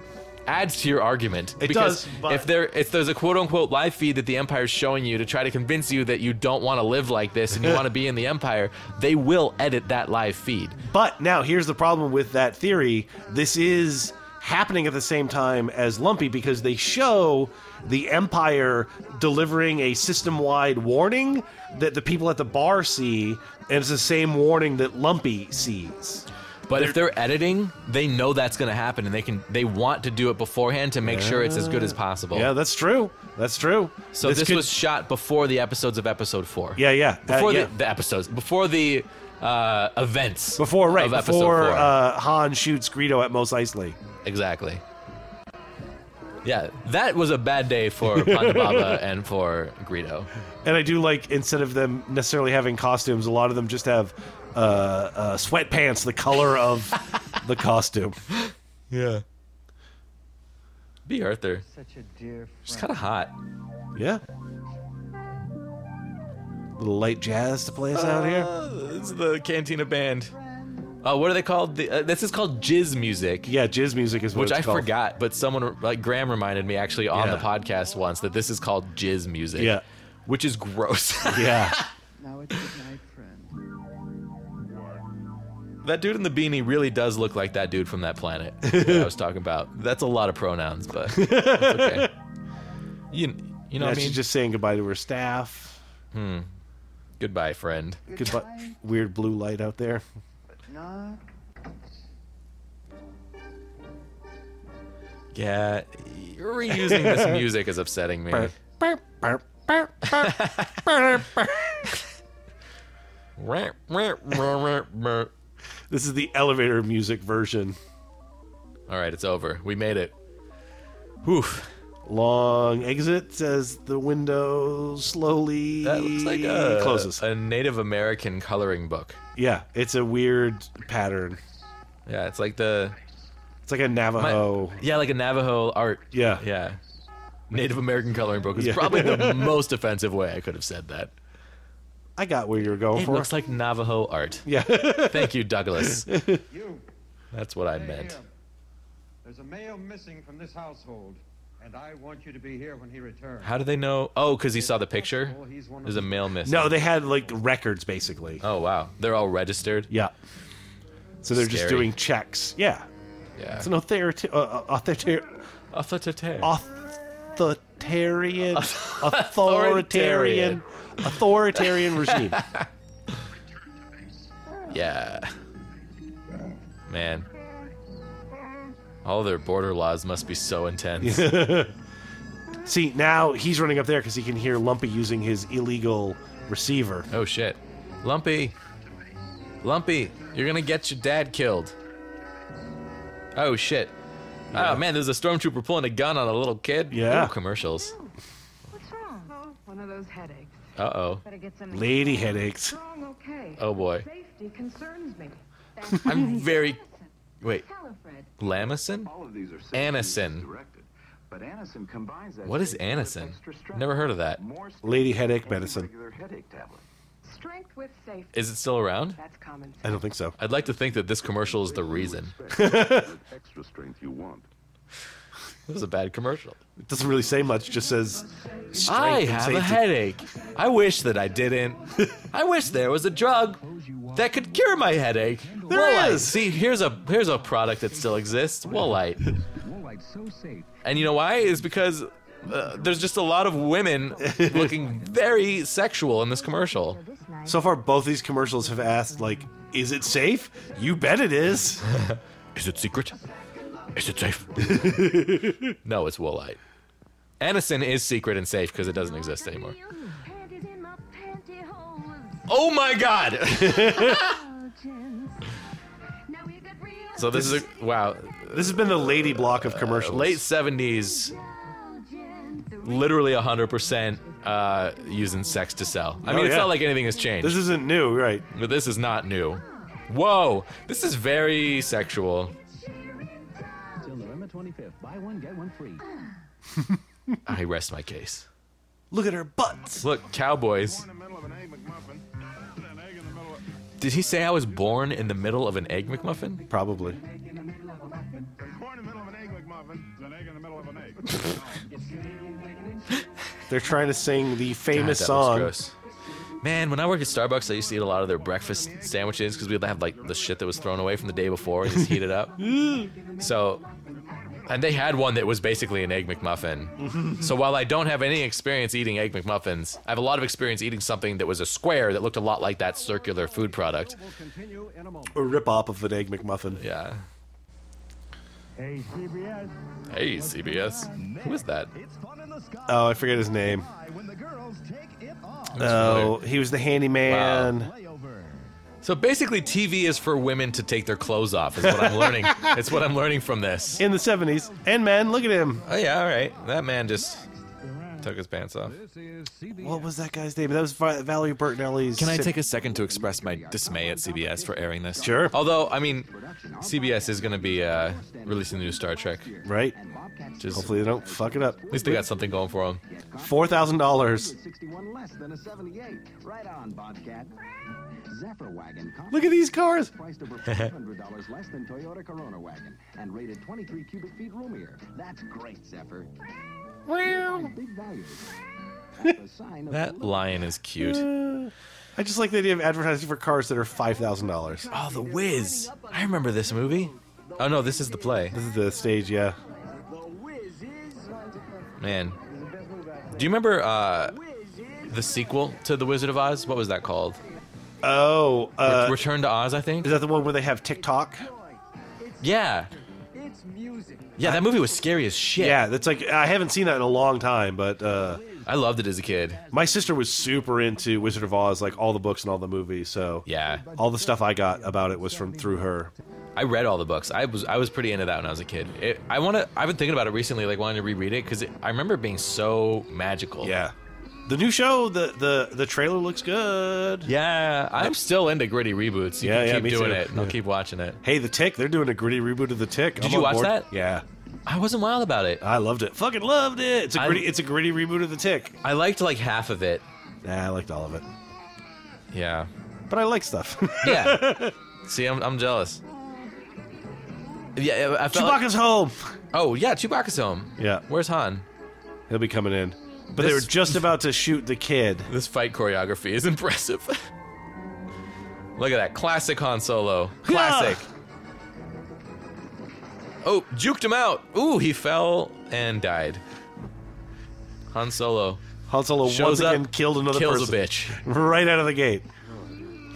adds to your argument. It because does, but- if there if there's a quote unquote live feed that the Empire's showing you to try to convince you that you don't want to live like this and you want to be in the Empire, they will edit that live feed. But now here's the problem with that theory. This is happening at the same time as Lumpy because they show the Empire delivering a system wide warning that the people at the bar see, and it's the same warning that Lumpy sees. But if they're editing, they know that's going to happen and they can they want to do it beforehand to make sure it's as good as possible. Yeah, that's true. That's true. Oh. So this, could- was shot before the episodes of episode 4. Yeah, yeah. Uh, Before yeah. the, the episodes, before the uh, events Before, right, of episode before four. uh, Han shoots Greedo at Mos Eisley. Exactly. Yeah, that was a bad day for Ponda Baba and for Greedo. And I do like instead of them necessarily having costumes, a lot of them just have uh, uh, sweatpants the color of the costume. Yeah. B. Arthur. Such a dear She's kind of hot. Yeah. Little light jazz to play us out Uh, here. It's the Cantina Band. Oh, what are they called? The, uh, this is called jizz music. Yeah, jazz music is what Which it's I called. forgot, but someone like Graham reminded me actually on Yeah. the podcast once that this is called jizz music. Yeah. Which is gross. Yeah. Now it's good night, friend. that dude in the beanie really does look like that dude from that planet that I was talking about. That's a lot of pronouns, but that's okay. You you know yeah what I she's mean? just saying goodbye to her staff. Goodbye, friend. Goodbye. Weird blue light out there. Not Yeah, reusing this music is upsetting me. All This is the elevator music version. right, it's over. We made it. Whew. Long exit as the window slowly That looks like a, closes. a Native American coloring book. yeah, it's a weird pattern. Yeah, it's like the It's like a my- Navajo. yeah, like a Navajo art. Oh. Yeah. yeah. Native American coloring book is Yeah. probably the most offensive way I could have said that. I got where you were going It for. looks like Navajo art. yeah. Thank you, Douglas. You, That's what I stay meant. here. There's a male missing from this household, and I want you to be here when he returns. How do they know? Oh, because he saw the picture. There's a male missing. no, they had like records basically. Oh wow, they're all registered. Yeah. So they're just Scary. doing checks. Yeah. Yeah. It's an authorita- uh, uh, authorita- authoritarian authoritarian authoritarian regime. yeah. Man. All their border laws must be so intense. See, now he's running up there cuz he can hear Lumpy using his illegal receiver. oh shit. Lumpy. Lumpy, you're gonna get your dad killed. Oh shit. Oh man, there's a stormtrooper pulling a gun on a little kid. Yeah. Ooh, commercials. What's wrong? Oh, one of those headaches. Uh oh. Better get some. Lady headaches. Wrong, okay. Oh boy. Safety concerns me. I'm very. Wait, Fred. Lamison? All of these are safe Anison. and directed, but Anison combines that. What is safety with Anison? extra strength. Never heard of that. More strength Lady headache and medicine. regular headache tablet. Strength with safety. Is it still around? That's common sense. I don't think so. I'd like to think that this commercial is the reason. With extra strength you want. This is a bad commercial. It doesn't really say much, just says I and have safety. a headache. I wish that I didn't. I wish there was a drug that could cure my headache. There Woolite. is. See, here's a here's a product that still exists. Woolite. more like so safe. And you know why? It's because uh, there's just a lot of women looking very sexual in this commercial. So far, both these commercials have asked, like, is it safe? You bet it is. is it secret? Is it safe? no, it's woolite. Anison is secret and safe because it doesn't exist anymore. Oh my god! so this is a wow. This has been the lady block of commercials. Uh, Late 70s, literally 100% uh, using sex to sell. I Oh, mean, it's yeah. not like anything has changed. This isn't new, right? But this is not new. Whoa, this is very sexual. Till November 25th, buy one, get one free. I rest my case. Look at her butts. Look, cowboys. Did he say I was born in the middle of an egg McMuffin? Probably. They're trying to sing the famous God, that song. looks gross. Man, when I worked at Starbucks, I used to eat a lot of their breakfast sandwiches because we'd have like the shit that was thrown away from the day before and just heat it up. So, and they had one that was basically an egg McMuffin. so while I don't have any experience eating egg McMuffins, I have a lot of experience eating something that was a square that looked a lot like that circular food product. A rip-off of an Egg McMuffin. Yeah. Hey, CBS. Hey, CBS. Who is that? Oh, I forget his name. That's Oh, familiar. he was the handyman. So basically, TV is for women to take their clothes off. Is what I'm learning. it's what I'm learning from this. In the 70s. And man, look at him. Oh yeah, all right. That man just took his pants off. What was that guy's name? That was Vi- Valerie Bertinelli's. Can I sit- take a second to express my dismay at CBS for airing this? Sure. Although, I mean, CBS is going to be uh, releasing the new Star Trek. Right. Just, Hopefully they don't fuck it up. At least they got something going for them. $4,000. less than a 78. Right on, Bobcat. Zephyr wagon. Look at these cars. Priced over $500 less than Toyota Corona wagon and rated 23 cubic feet roomier. That's great, Zephyr. Wow. Big values. That's a sign of Oh. That lion is cute. Oh, Uh, I just like the idea of advertising for cars that are $5,000. Oh, The Wiz. I remember this movie. Oh no, this is the play. This is the stage, yeah. Man, do you remember uh, the sequel to The Wizard of Oz? What was that called? Oh, uh, Return to Oz, I think. Is that the one where they have TikTok? Yeah. It's music. Yeah, that movie was scary as shit. Yeah, that's like I haven't seen that in a long time, but uh, I loved it as a kid. My sister was super into Wizard of Oz, like all the books and all the movies. So yeah, all the stuff I got about it was from through her. I read all the books. I was I was pretty into that when I was a kid. It, I want to. I've been thinking about it recently, like wanting to reread it because I remember it being so magical. Yeah. The new show, the the the trailer looks good. Yeah, I'm still into gritty reboots. You Yeah, can yeah, keep me doing too. it. And I'll keep watching it. Hey, The Tick, they're doing a gritty reboot of The Tick. Did I'm you on watch board. that? Yeah, I wasn't wild about it. I loved it. Fucking loved it. It's a I- gritty. it's a gritty reboot of The Tick. I liked like half of it. Nah, I liked all of it. Yeah. But I like stuff. Yeah. See, I'm I'm jealous. Yeah, I felt like- Chewbacca's home. Oh yeah, Chewbacca's home. Yeah. Where's Han? He'll be coming in. But they were This- just about to shoot the kid. This fight choreography is impressive. Look at that classic Han Solo. Classic. Oh, juked him out. Ooh, he fell and died. Han Solo Han Solo once shows up, again killed another kills person. a bitch. Right out of the gate.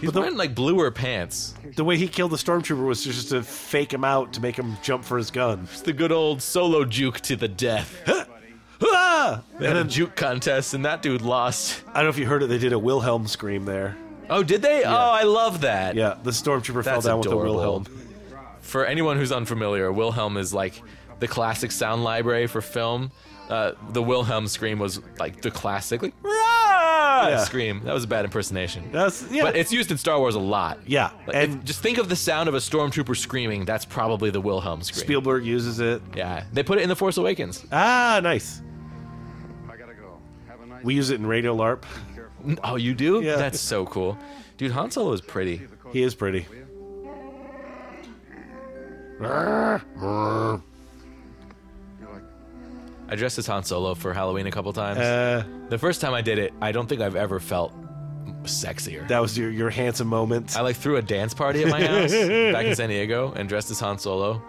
He's wearing like bluer pants. The way he killed the stormtrooper was just to fake him out to make him jump for his gun. It's the good old Solo juke to the death. Ah! They had a juke contest, and that dude lost. I don't know if you heard it. They did a Wilhelm scream there. Oh, did they? Oh, I love that. Yeah, the stormtrooper fell That's down with adorable. the Wilhelm. For anyone who's unfamiliar, Wilhelm is like the classic sound library for film. Uh, the Wilhelm scream was like the classic, like "Rah!" Yeah. scream. That was a bad impersonation. That's yeah, But it's used in Star Wars a lot. yeah. Like, and if- just think of the sound of a stormtrooper screaming. That's probably the Wilhelm scream. Spielberg uses it. yeah, they put it in The Force Awakens. Ah, nice. We use it in Radio LARP. N- Oh, you do? Yeah. That's so cool, dude. Han Solo is pretty. He is pretty. I dressed as Han Solo for Halloween a couple times. Uh, the first time I did it, I don't think I've ever felt sexier. that was your, your handsome moment. I like threw a dance party at my house back in San Diego and dressed as Han Solo.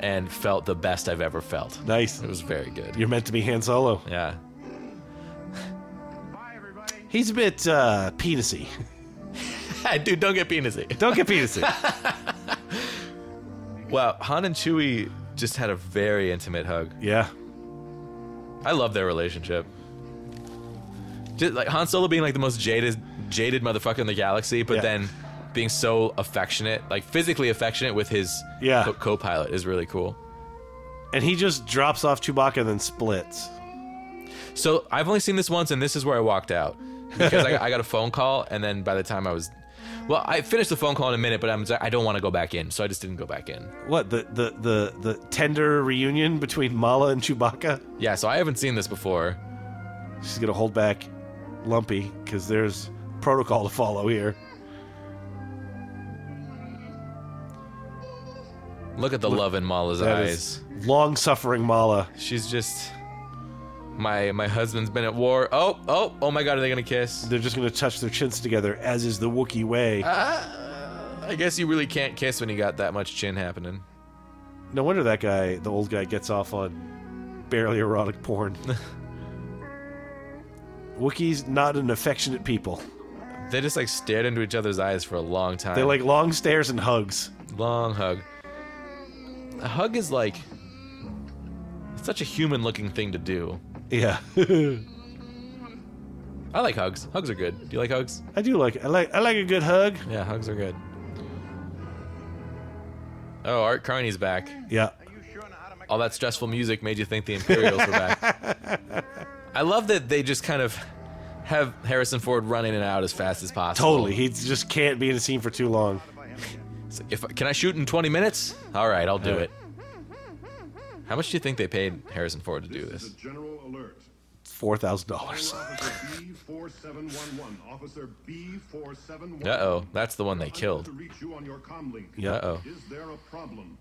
and felt the best I've ever felt. Nice. It was very good. You're meant to be Han Solo. Yeah. He's a bit uh, penisy. Dude, don't get penisy. Don't get penisy. wow, Han and Chewie just had a very intimate hug. yeah. I love their relationship. Just like Han Solo being like the most jaded, jaded motherfucker in the galaxy, but Yeah. then being so affectionate, like physically affectionate with his Yeah. co- co-pilot is really cool. And he just drops off Chewbacca, then splits. So I've only seen this once, and this is where I walked out because I, I got a phone call, and then by the time I was, well, I finished the phone call in a minute, but I'm I don't want to go back in, so I just didn't go back in. What the the the the tender reunion between Mala and Chewbacca? Yeah, so I haven't seen this before. She's gonna hold back, Lumpy, because there's protocol to follow here. Look at the love in Mala's That eyes. is long-suffering Mala. She's just my my husband's been at war. Oh oh oh my God, are they gonna kiss? They're just gonna touch their chins together, as is the Wookiee way. Ah, I guess you really can't kiss when you got that much chin happening. No wonder that guy, the old guy, gets off on barely erotic porn. Wookiees not an affectionate people. They just like stared into each other's eyes for a long time. They like long stares and hugs. long hug. A hug is like it's such a human looking thing to do. Yeah. I like hugs. Hugs are good. Do you like hugs? I do like I like I like a good hug. Yeah, hugs are good. Oh, Art Carney's back. Yeah. All that stressful music made you think the Imperials were back. I love that they just kind of have Harrison Ford run in and out as fast as possible. Totally. He just can't be in a scene for too long. It's like, if can I shoot in 20 minutes? All right, I'll do Yeah. it. How much do you think they paid Harrison Ford to do this? General alert. Four thousand dollars. Officer B4711. Officer B4711. Uh oh, that's the one they killed. To reach you on your comlink. Yeah. Uh-oh. Is there a problem?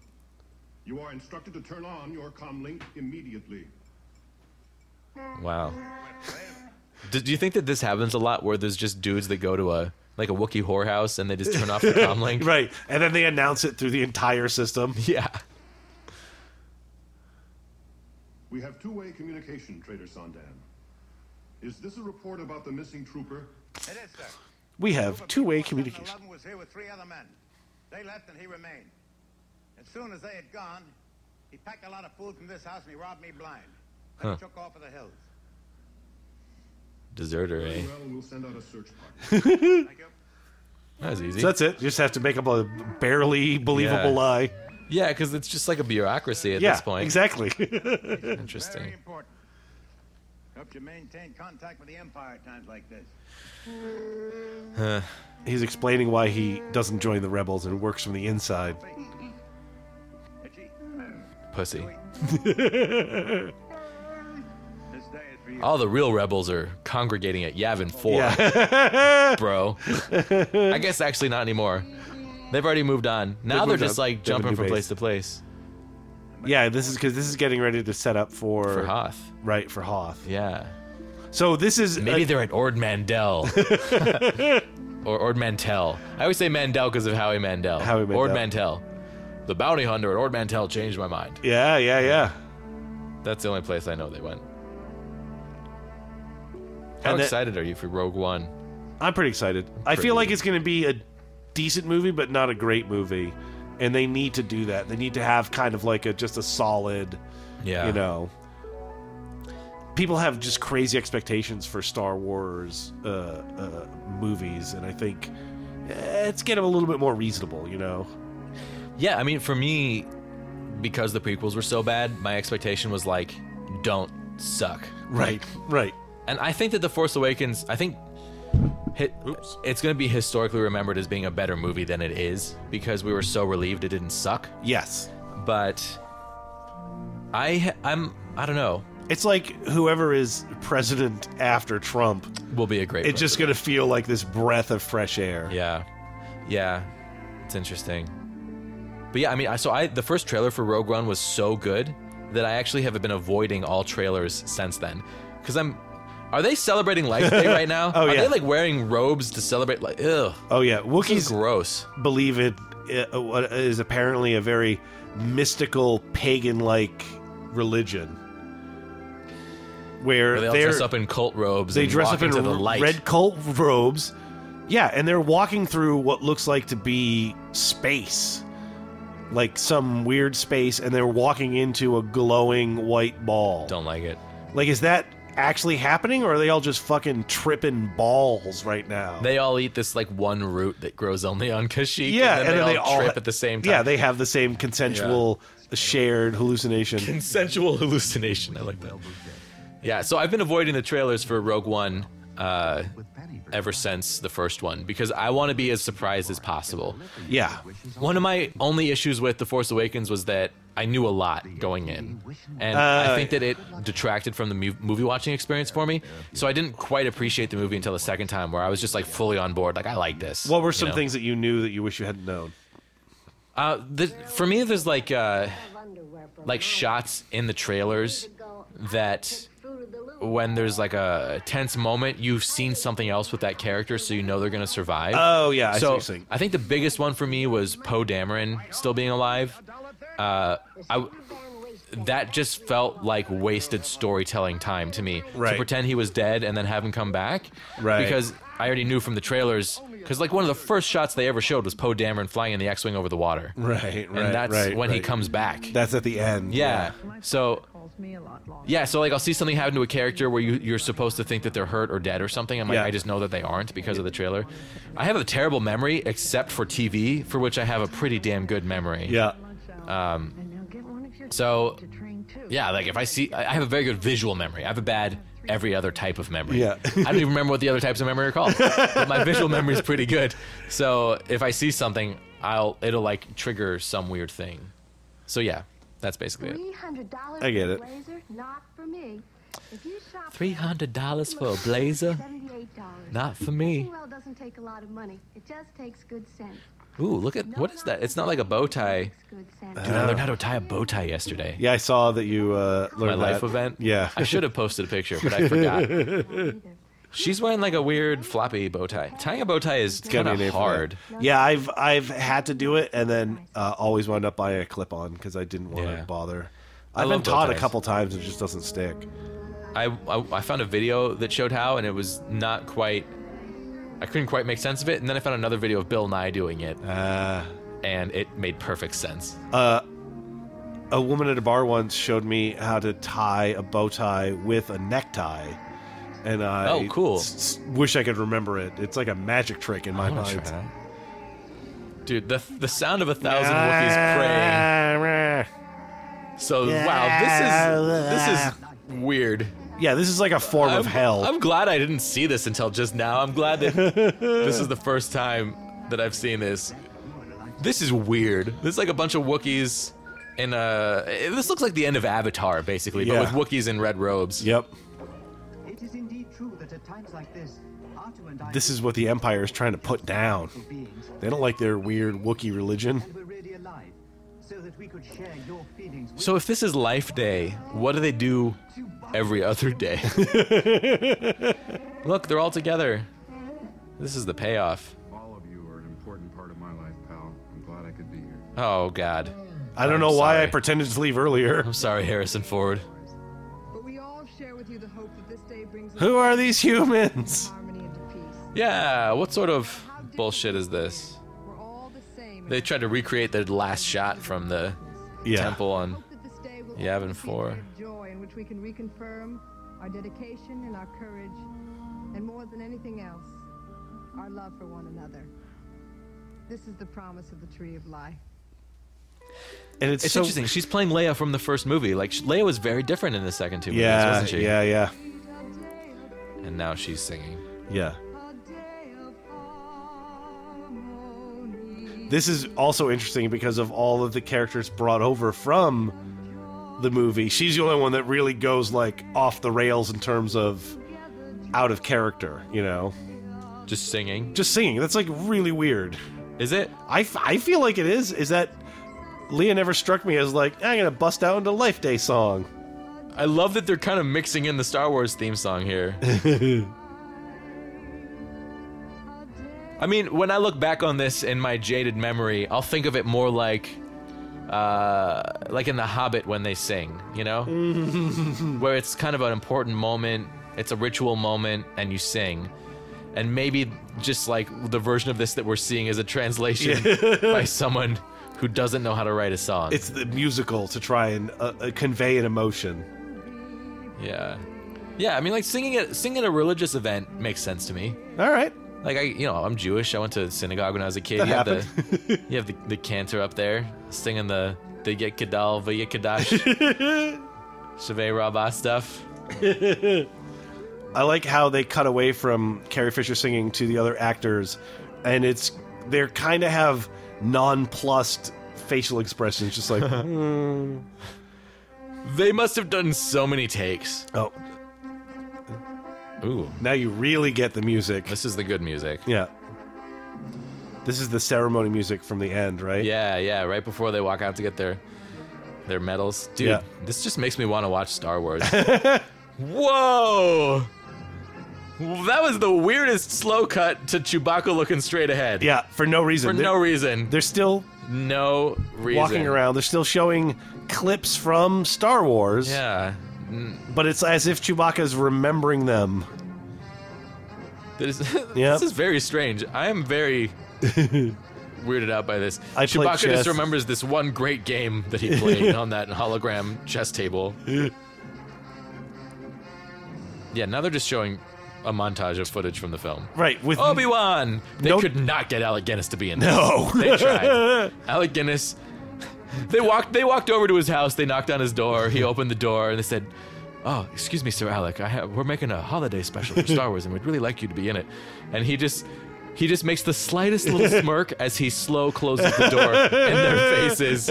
You are instructed to turn on your comlink immediately. Wow. Do, do you think that this happens a lot, where there's just dudes that go to a like a Wookiee whorehouse and they just turn off the comlink? right. And then they announce it through the entire system. Yeah. We have two-way communication, Trader Sandan. Is this a report about the missing trooper? It is, sir. We have two way communication. 11 was here with three other men. They left and he remained. As soon as they had gone, he packed a lot of food from this house and he robbed me blind. Then Huh. he took off for the hills. Deserter, eh? Well, we'll send out a search party. That was easy. So that's it. You just have to make up a barely believable Yeah. lie. Yeah, because it's just like a bureaucracy at yeah, this point. Exactly. Interesting. Hope you maintain contact with the Empire at times like this. He's explaining why he doesn't join the rebels and works from the inside. Pussy. you. All the real rebels are congregating at Yavin 4. Bro. I guess actually not anymore. They've already moved on. Now They've they're moved just on. They like have a jumping new from base. place to place. Yeah, this is because this is getting ready to set up for For Hoth. Right for Hoth. Yeah. So this is Maybe they're at Ord Mandel. or Ord Mantell. I always say Mandel because of Howie Mandel. Howie Mandel. Ord Mantell. The bounty hunter at Ord Mantell changed my mind. Yeah, yeah, yeah. That's the only place I know they went. How And that- excited are you for Rogue One? I'm pretty excited. I Pretty. feel like it's going to be a decent movie, but not a great movie. And they need to do that. They need to have kind of like a just a solid, Yeah. you know. People have just crazy expectations for Star Wars uh, uh, movies, and I think eh, it's getting a little bit more reasonable, you know. Yeah, I mean, for me, because the prequels were so bad, my expectation was like, don't suck. Right, right. And I think that The Force Awakens, I think hi- it's going to be historically remembered as being a better movie than it is because we were so relieved it didn't suck. Yes, But I, I'm, I don't know. it's like whoever is president after Trump, Will be a great. it's just going to feel like this breath of fresh air. Yeah, yeah, it's interesting. But yeah, I mean, I so I the first trailer for Rogue One was so good that I actually have been avoiding all trailers since then because I'm. Are they celebrating Life Day right now? Oh, Are yeah. they like wearing robes to celebrate? Like, ugh, Oh yeah, this is Wookiees gross. believe in uh, what is apparently a very mystical pagan like religion where, Where they all they're- dress up in cult robes They and dress walk up in into the r- light. red cult robes. Yeah, and they're walking through what looks like to be space, like some weird space, and they're walking into a glowing white ball. Don't like it. Like, is that actually happening, or are they all just fucking tripping balls right now? They all eat this like one root that grows only on Kashyyyk. yeah, and then, they, all trip at the same time. Yeah, they have the same consensual shared hallucination. Consensual hallucination. I like that. Yeah, so I've been avoiding the trailers for Rogue One uh, ever since the first one because I want to be as surprised as possible. Yeah. One of my only issues with The Force Awakens was that I knew a lot going in. And Uh, I think that it detracted from the mu- movie watching experience for me. So I didn't quite appreciate the movie until the second time where I was just like fully on board. Like, I like this. What were you some know? things that you knew that you wish you hadn't known? Uh, the, for me, there's like uh, like shots in the trailers that when there's like a tense moment, you've seen something else with that character, so you know they're gonna survive. Oh, yeah, I see so what you're saying. I think the biggest one for me was Poe Dameron still being alive. Uh, I that just felt like wasted storytelling time to me. Right. To pretend he was dead and then have him come back. Right. Because I already knew from the trailers. Because like one of the first shots they ever showed was Poe Dameron flying in the X-wing over the water. Right, right, And that's right, when he right. comes back. That's at the end. Yeah. So. Yeah, so like I'll see something happen to a character where you, you're supposed to think that they're hurt or dead or something. I'm like, Yeah. I just know that they aren't because of the trailer. I have a terrible memory, except for TV, for which I have a pretty damn good memory. Yeah. Um, so, yeah, like if I see, I I have a very good visual memory. I have a bad every other type of memory. Yeah. I don't even remember what the other types of memory are called, but my visual memory is pretty good. So if I see something, I'll it'll like trigger some weird thing. So yeah, that's basically it. $300 I get it. Blazer, not for me. If you shop Three hundred dollars for a blazer? $78. Not for me. Well, doesn't take a lot of money. It just takes good sense. Ooh, look at what is that? It's not like a bow tie. Dude, I learned how to tie a bow tie yesterday. Yeah, I saw that you uh, My learned life that. event. Yeah, I should have posted a picture, but I forgot. She's wearing like a weird floppy bow tie. Tying a bow tie is Gotta kind of be an A for that. hard. Yeah, I've I've had to do it, and then uh, always wound up buying a clip on because I didn't want to Yeah. bother. I I've been love bow taught a ties. couple times; it just doesn't stick. I, I I found a video that showed how, and it was not quite. I couldn't quite make sense of it, and then I found another video of Bill Nye doing it, Ah. and it made perfect sense. Uh, a woman at a bar once showed me how to tie a bow tie with a necktie, and I Oh, cool. s- s- wish I could remember it. It's like a magic trick in my wanna mind. try Dude, the the sound of a thousand Wookiees praying. Ah, So wow, this is this is weird. Yeah, this is like a form I'm, of hell. I'm glad I didn't see this until just now. I'm glad that this is the first time that I've seen this. This is weird. This is like a bunch of Wookiees in a. eh, This looks like the end of Avatar, basically, Yeah. but with Wookiees in red robes. Yep. It is indeed true that at times like this, Artu and I This is what the Empire is trying to put down. They don't like their weird Wookiee religion. were really alive, so that we could share your feelings with So if this is Life Day, what do they do every other day? Look, they're all together. This is the payoff. All of you are an important part of my life, pal. I'm glad I could be here. Oh God. I don't I'm know why I sorry. pretended to leave earlier. I'm sorry, Harrison Ford. But we all share with you the hope that this day brings us Who are these humans? Yeah, what sort of bullshit is this? They tried to recreate the last shot from the Yeah. temple on this day will Yavin always be a 4. day of joy in which we can reconfirm our dedication and our courage, and more than anything else, our love for one another. This is the promise of the Tree of Life. And it's, It's so- interesting. She's playing Leia from the first movie. Like sh- Leia was very different in the second two movies, Yeah, wasn't she? yeah, yeah, And now she's singing. yeah. This is also interesting because of all of the characters brought over from the movie. She's the only one that really goes like off the rails in terms of out of character, you know. Just singing. Just singing. That's like really weird. Is it? I, f- I feel like it is. Is that Leah never struck me as like I'm gonna bust out into Life Day song. I love that they're kind of mixing in the Star Wars theme song here. I mean, when I look back on this in my jaded memory, I'll think of it more like, uh, like in The Hobbit when they sing, you know, where it's kind of an important moment, it's a ritual moment, and you sing, and maybe just like the version of this that we're seeing is a translation Yeah. by someone who doesn't know how to write a song. It's the musical to try and uh, uh, convey an emotion. Yeah. Yeah, I mean, like singing at singing at a religious event makes sense to me. All right. Like I, you know, I'm Jewish. I went to synagogue when I was a kid. That you have the you have the, the cantor up there singing the the Yekadal Vayikadash Shavei Rabbah stuff. I like how they cut away from Carrie Fisher singing to the other actors, and it's they're kind of have nonplussed facial expressions, just like They must have done so many takes. Oh. Ooh. Now you really get the music. This is the good music. yeah. This is the ceremony music from the end, right? Yeah, yeah. Right before they walk out to get their their medals, dude. Yeah. This just makes me want to watch Star Wars. Whoa! That was the weirdest slow cut to Chewbacca looking straight ahead. Yeah, for no reason. For They're- no reason. They're still no reason. walking around. They're still showing clips from Star Wars. Yeah. But it's as if Chewbacca's remembering them. This, Yep. this is very strange. I am very weirded out by this. I play Chewbacca chess. just remembers this one great game that he played on that hologram chess table. Yeah, now they're just showing a montage of footage from the film. Right, with Obi Wan. They No- could not get Alec Guinness to be in this. No. they tried. Alec Guinness. They walked. They walked over to his house. They knocked on his door. He opened the door and they said, "Oh, excuse me, Sir Alec. I have, we're making a holiday special for Star Wars, and we'd really like you to be in it." And he just. He just makes the slightest little smirk as he slow closes the door in their faces.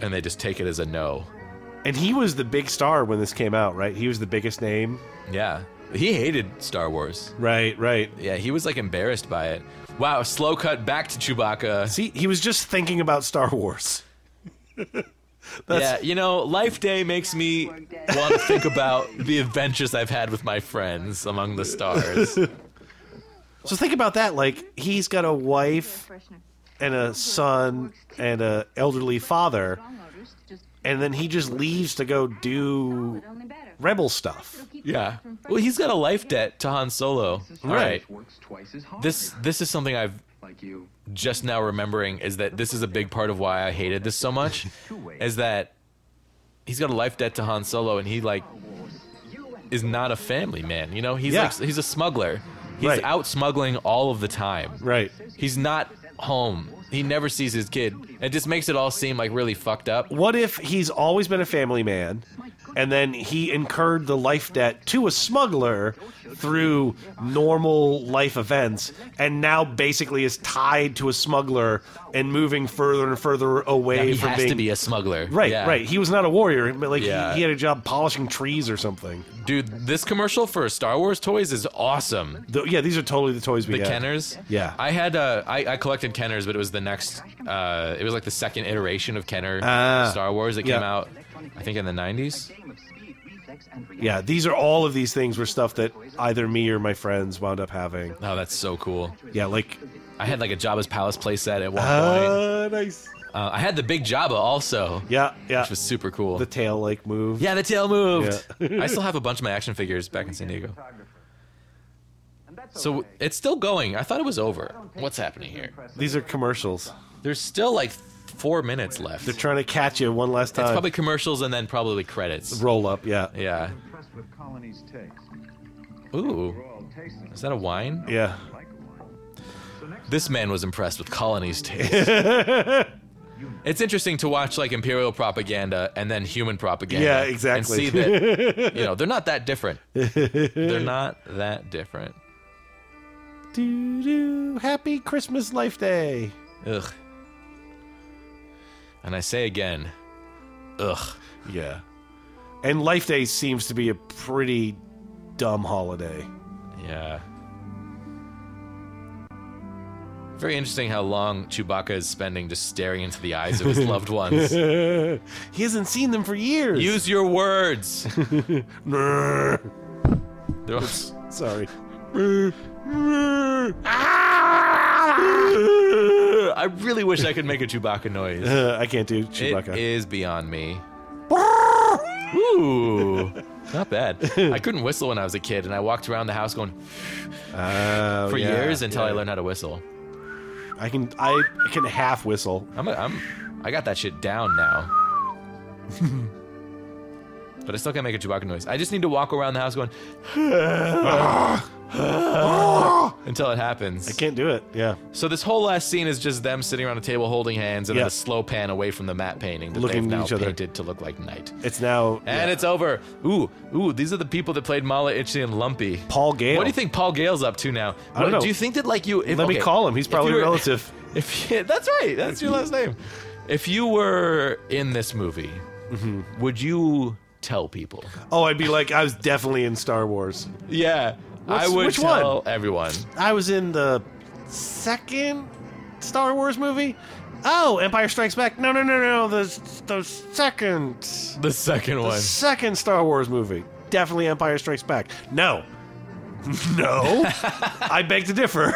and they just take it as a no. And he was the big star when this came out, right? He was the biggest name. Yeah. He hated Star Wars. Right, right. Yeah, he was like embarrassed by it. Wow, slow cut back to Chewbacca. See, he was just thinking about Star Wars. yeah, you know, Life Day makes me want to think about the adventures I've had with my friends among the stars. So think about that. Like he's got a wife and a son and a elderly father, and then he just leaves to go do rebel stuff. Yeah. Well, he's got a life debt to Han Solo. All right. Works twice as hard. This this is something I've just now remembering is that this is a big part of why I hated this so much is that he's got a life debt to Han Solo and he like is not a family man. You know, he's Yeah. like he's a smuggler. He's Right. out smuggling all of the time. Right. He's not home. He never sees his kid. It just makes it all seem like really fucked up. What if he's always been a family man, and then he incurred the life debt to a smuggler through normal life events, and now basically is tied to a smuggler and moving further and further away Yeah, he from has being to be a smuggler. Right, Yeah. right. He was not a warrior, but like he- Yeah. he, had a job polishing trees or something. Dude, this commercial for Star Wars toys is awesome. The- yeah, these are totally the toys we The had. Kenners. Yeah. I had uh, I, I collected Kenners, but it was the next. Uh, it was like the second iteration of Kenner Ah. Star Wars that Yeah. came out, I think in the '90s. Yeah, these are all of these things were stuff that either me or my friends wound up having. Oh, that's so cool. Yeah, like I had like a Jabba's palace playset at one point. ah, nice. Uh, I had the big Jabba also, Yeah, yeah. which was super cool. the tail like move. yeah, the tail moved. Yeah. I still have a bunch of my action figures back in San Diego. So it's still going. I thought it was over. What's happening here? These are commercials. There's still like four minutes left. They're trying to catch you one last It's time. probably commercials and then probably credits. roll up. Yeah, Yeah. Impressed with Colony's taste. Ooh. All taste Is that a wine? yeah. This man was impressed with colonies taste. it's interesting to watch like imperial propaganda and then human propaganda. Yeah, exactly. And see that you know they're not that different. They're not that different. Doo doo. Happy Christmas Life Day. Ugh. And I say again, ugh. Yeah. And Life Day seems to be a pretty dumb holiday. Yeah. Very interesting how long Chewbacca is spending just staring into the eyes of his loved ones. he hasn't seen them for years. Use your words. They're all- Sorry. I really wish I could make a Chewbacca noise. I can't do Chewbacca. It is beyond me. Ooh, not bad. I couldn't whistle when I was a kid, and I walked around the house going for Oh, yeah, years until I yeah. learned how to whistle. I can I can half whistle. I'm, a, I'm I got that shit down now. but I still can't make a Chewbacca noise. I just need to walk around the house going until it happens. I can't do it. Yeah. So this whole last scene is just them sitting around a table holding hands, and then Yeah. a slow pan away from the matte painting that Looking they've at now each other. painted to look like night. It's now And it's over. Ooh, ooh, these are the people that played Mala Itchy and Lumpy. Paul Gale. What do you think Paul Gale's up to now? I don't What- know. Do you think that like you if, Let me okay, call him. He's if probably you a were- relative. If you, that's right. That's your last name. If you were in this movie, Mm-hmm. would you tell people? Oh, I'd be like I was definitely in Star Wars. Yeah. I What's- would which one? tell everyone. I was in the second Star Wars movie. Oh, Empire Strikes Back. No, no, no, no. The the second. The second The one. second Star Wars movie. Definitely Empire Strikes Back. No. No. I beg to differ.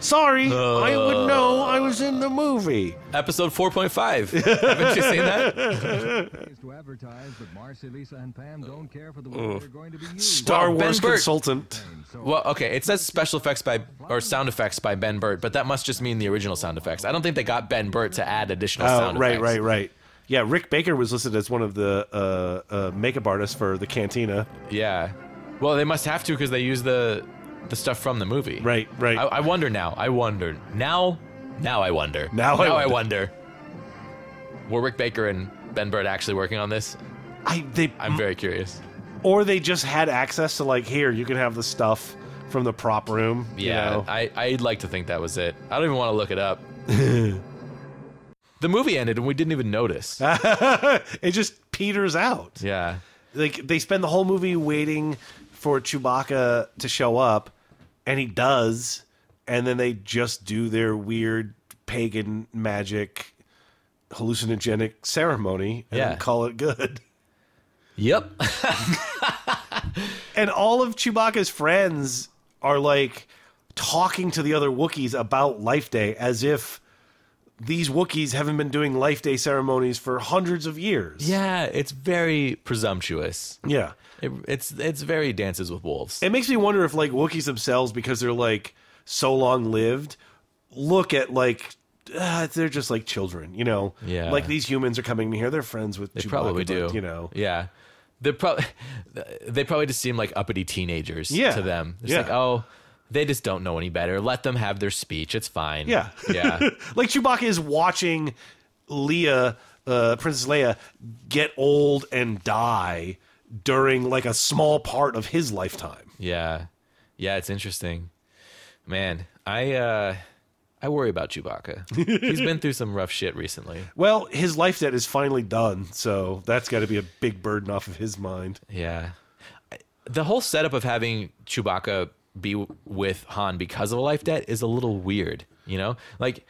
Sorry, I would know Uh, I was in the movie. Episode 4.5. Haven't you seen that? is to advertise, but Marcy, Lisa, and Pam don't care for the way Ooh. they're going to be used. Star Well, Ben Wars Burt- consultant. Well, okay, it says special effects by or sound effects by Ben Burt, but that must just mean the original sound effects. I don't think they got Ben Burt to add additional Oh, sound right, effects. right, right. Yeah, Rick Baker was listed as one of the uh, uh, makeup artists for the Cantina. Yeah. Well, they must have to because they use the the stuff from the movie. Right, right. I, I wonder now. I wonder now. Now I wonder. Now I I wonder. Were Rick Baker and Ben Burt actually working on this? I they. I'm very curious. Or they just had access to like, here, you can have the stuff from the prop room. you Yeah, know? I I'd like to think that was it. I don't even want to look it up. the movie ended and we didn't even notice. Ah. it just peters out. Yeah. Like they spend the whole movie waiting for Chewbacca to show up, and he does, and then they just do their weird pagan magic hallucinogenic ceremony and Yeah. call it good. Yep. and all of Chewbacca's friends are like talking to the other Wookiees about Life Day as if these Wookiees haven't been doing Life Day ceremonies for hundreds of years. Yeah, it's very presumptuous. Yeah. It, it's it's very dances with wolves. It makes me wonder if like Wookiees themselves, because they're like so long lived, look at like uh, they're just like children, you know. Yeah. Like these humans are coming here; they're friends with. They Chewbacca, probably do. but, you know. Yeah. They're probably they probably just seem like uppity teenagers Yeah. to them. It's Yeah. like, oh, they just don't know any better. Let them have their speech. It's fine. Yeah. Yeah. like Chewbacca is watching Leia, uh, Princess Leia, get old and die during like a small part of his lifetime. yeah. Yeah, it's interesting. Man, I uh I worry about Chewbacca. He's been through some rough shit recently. Well, his life debt is finally done, so that's got to be a big burden off of his mind. Yeah. I- The whole setup of having Chewbacca be w- with Han because of a life debt is a little weird, you know? Like,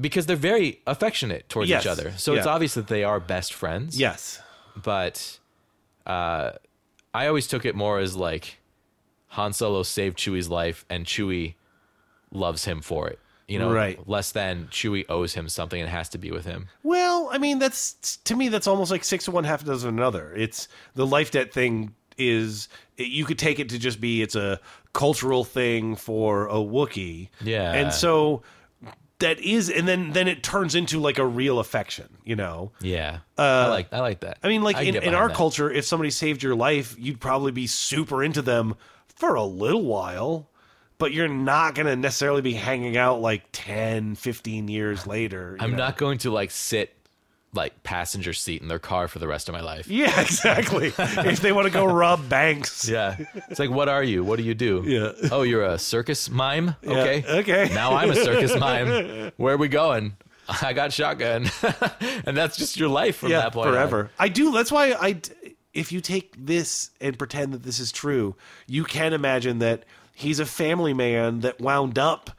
because they're very affectionate towards Yes. each other. So it's Yeah. obvious that they are best friends. Yes. But uh, I always took it more as like Han Solo saved Chewie's life and Chewie loves him for it. You know, Right. less than Chewie owes him something and has to be with him. Well, I mean, that's to me, that's almost like six to one, half a dozen of another. It's the life debt thing is you could take it to just be it's a cultural thing for a Wookiee. Yeah. And so that is, and then then it turns into like a real affection, you know? Yeah. Uh, I like I like that. I mean, like can in, get in behind our that. culture, if somebody saved your life, you'd probably be super into them for a little while, but you're not going to necessarily be hanging out like 10, 15 years later. you I'm know? not going to like sit like passenger seat in their car for the rest of my life. Yeah, exactly. if they want to go rob banks. Yeah. It's like what are you? What do you do? Yeah. Oh, you're a circus mime? Yeah, Okay. okay. Now I'm a circus mime. Where are we going? I got shotgun. and that's just your life from yeah, that point. on. forever. I do. That's why I. d- If you take this and pretend that this is true, you can imagine that he's a family man that wound up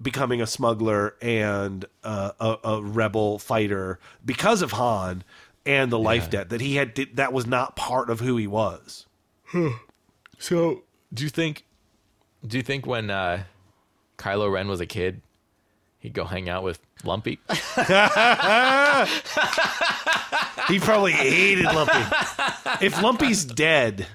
becoming a smuggler and uh, a, a rebel fighter because of Han and the life debt that he had that was not part of who he was. so, do you think? Do you think when uh, Kylo Ren was a kid, he'd go hang out with Lumpy? He probably hated Lumpy. If Lumpy's dead,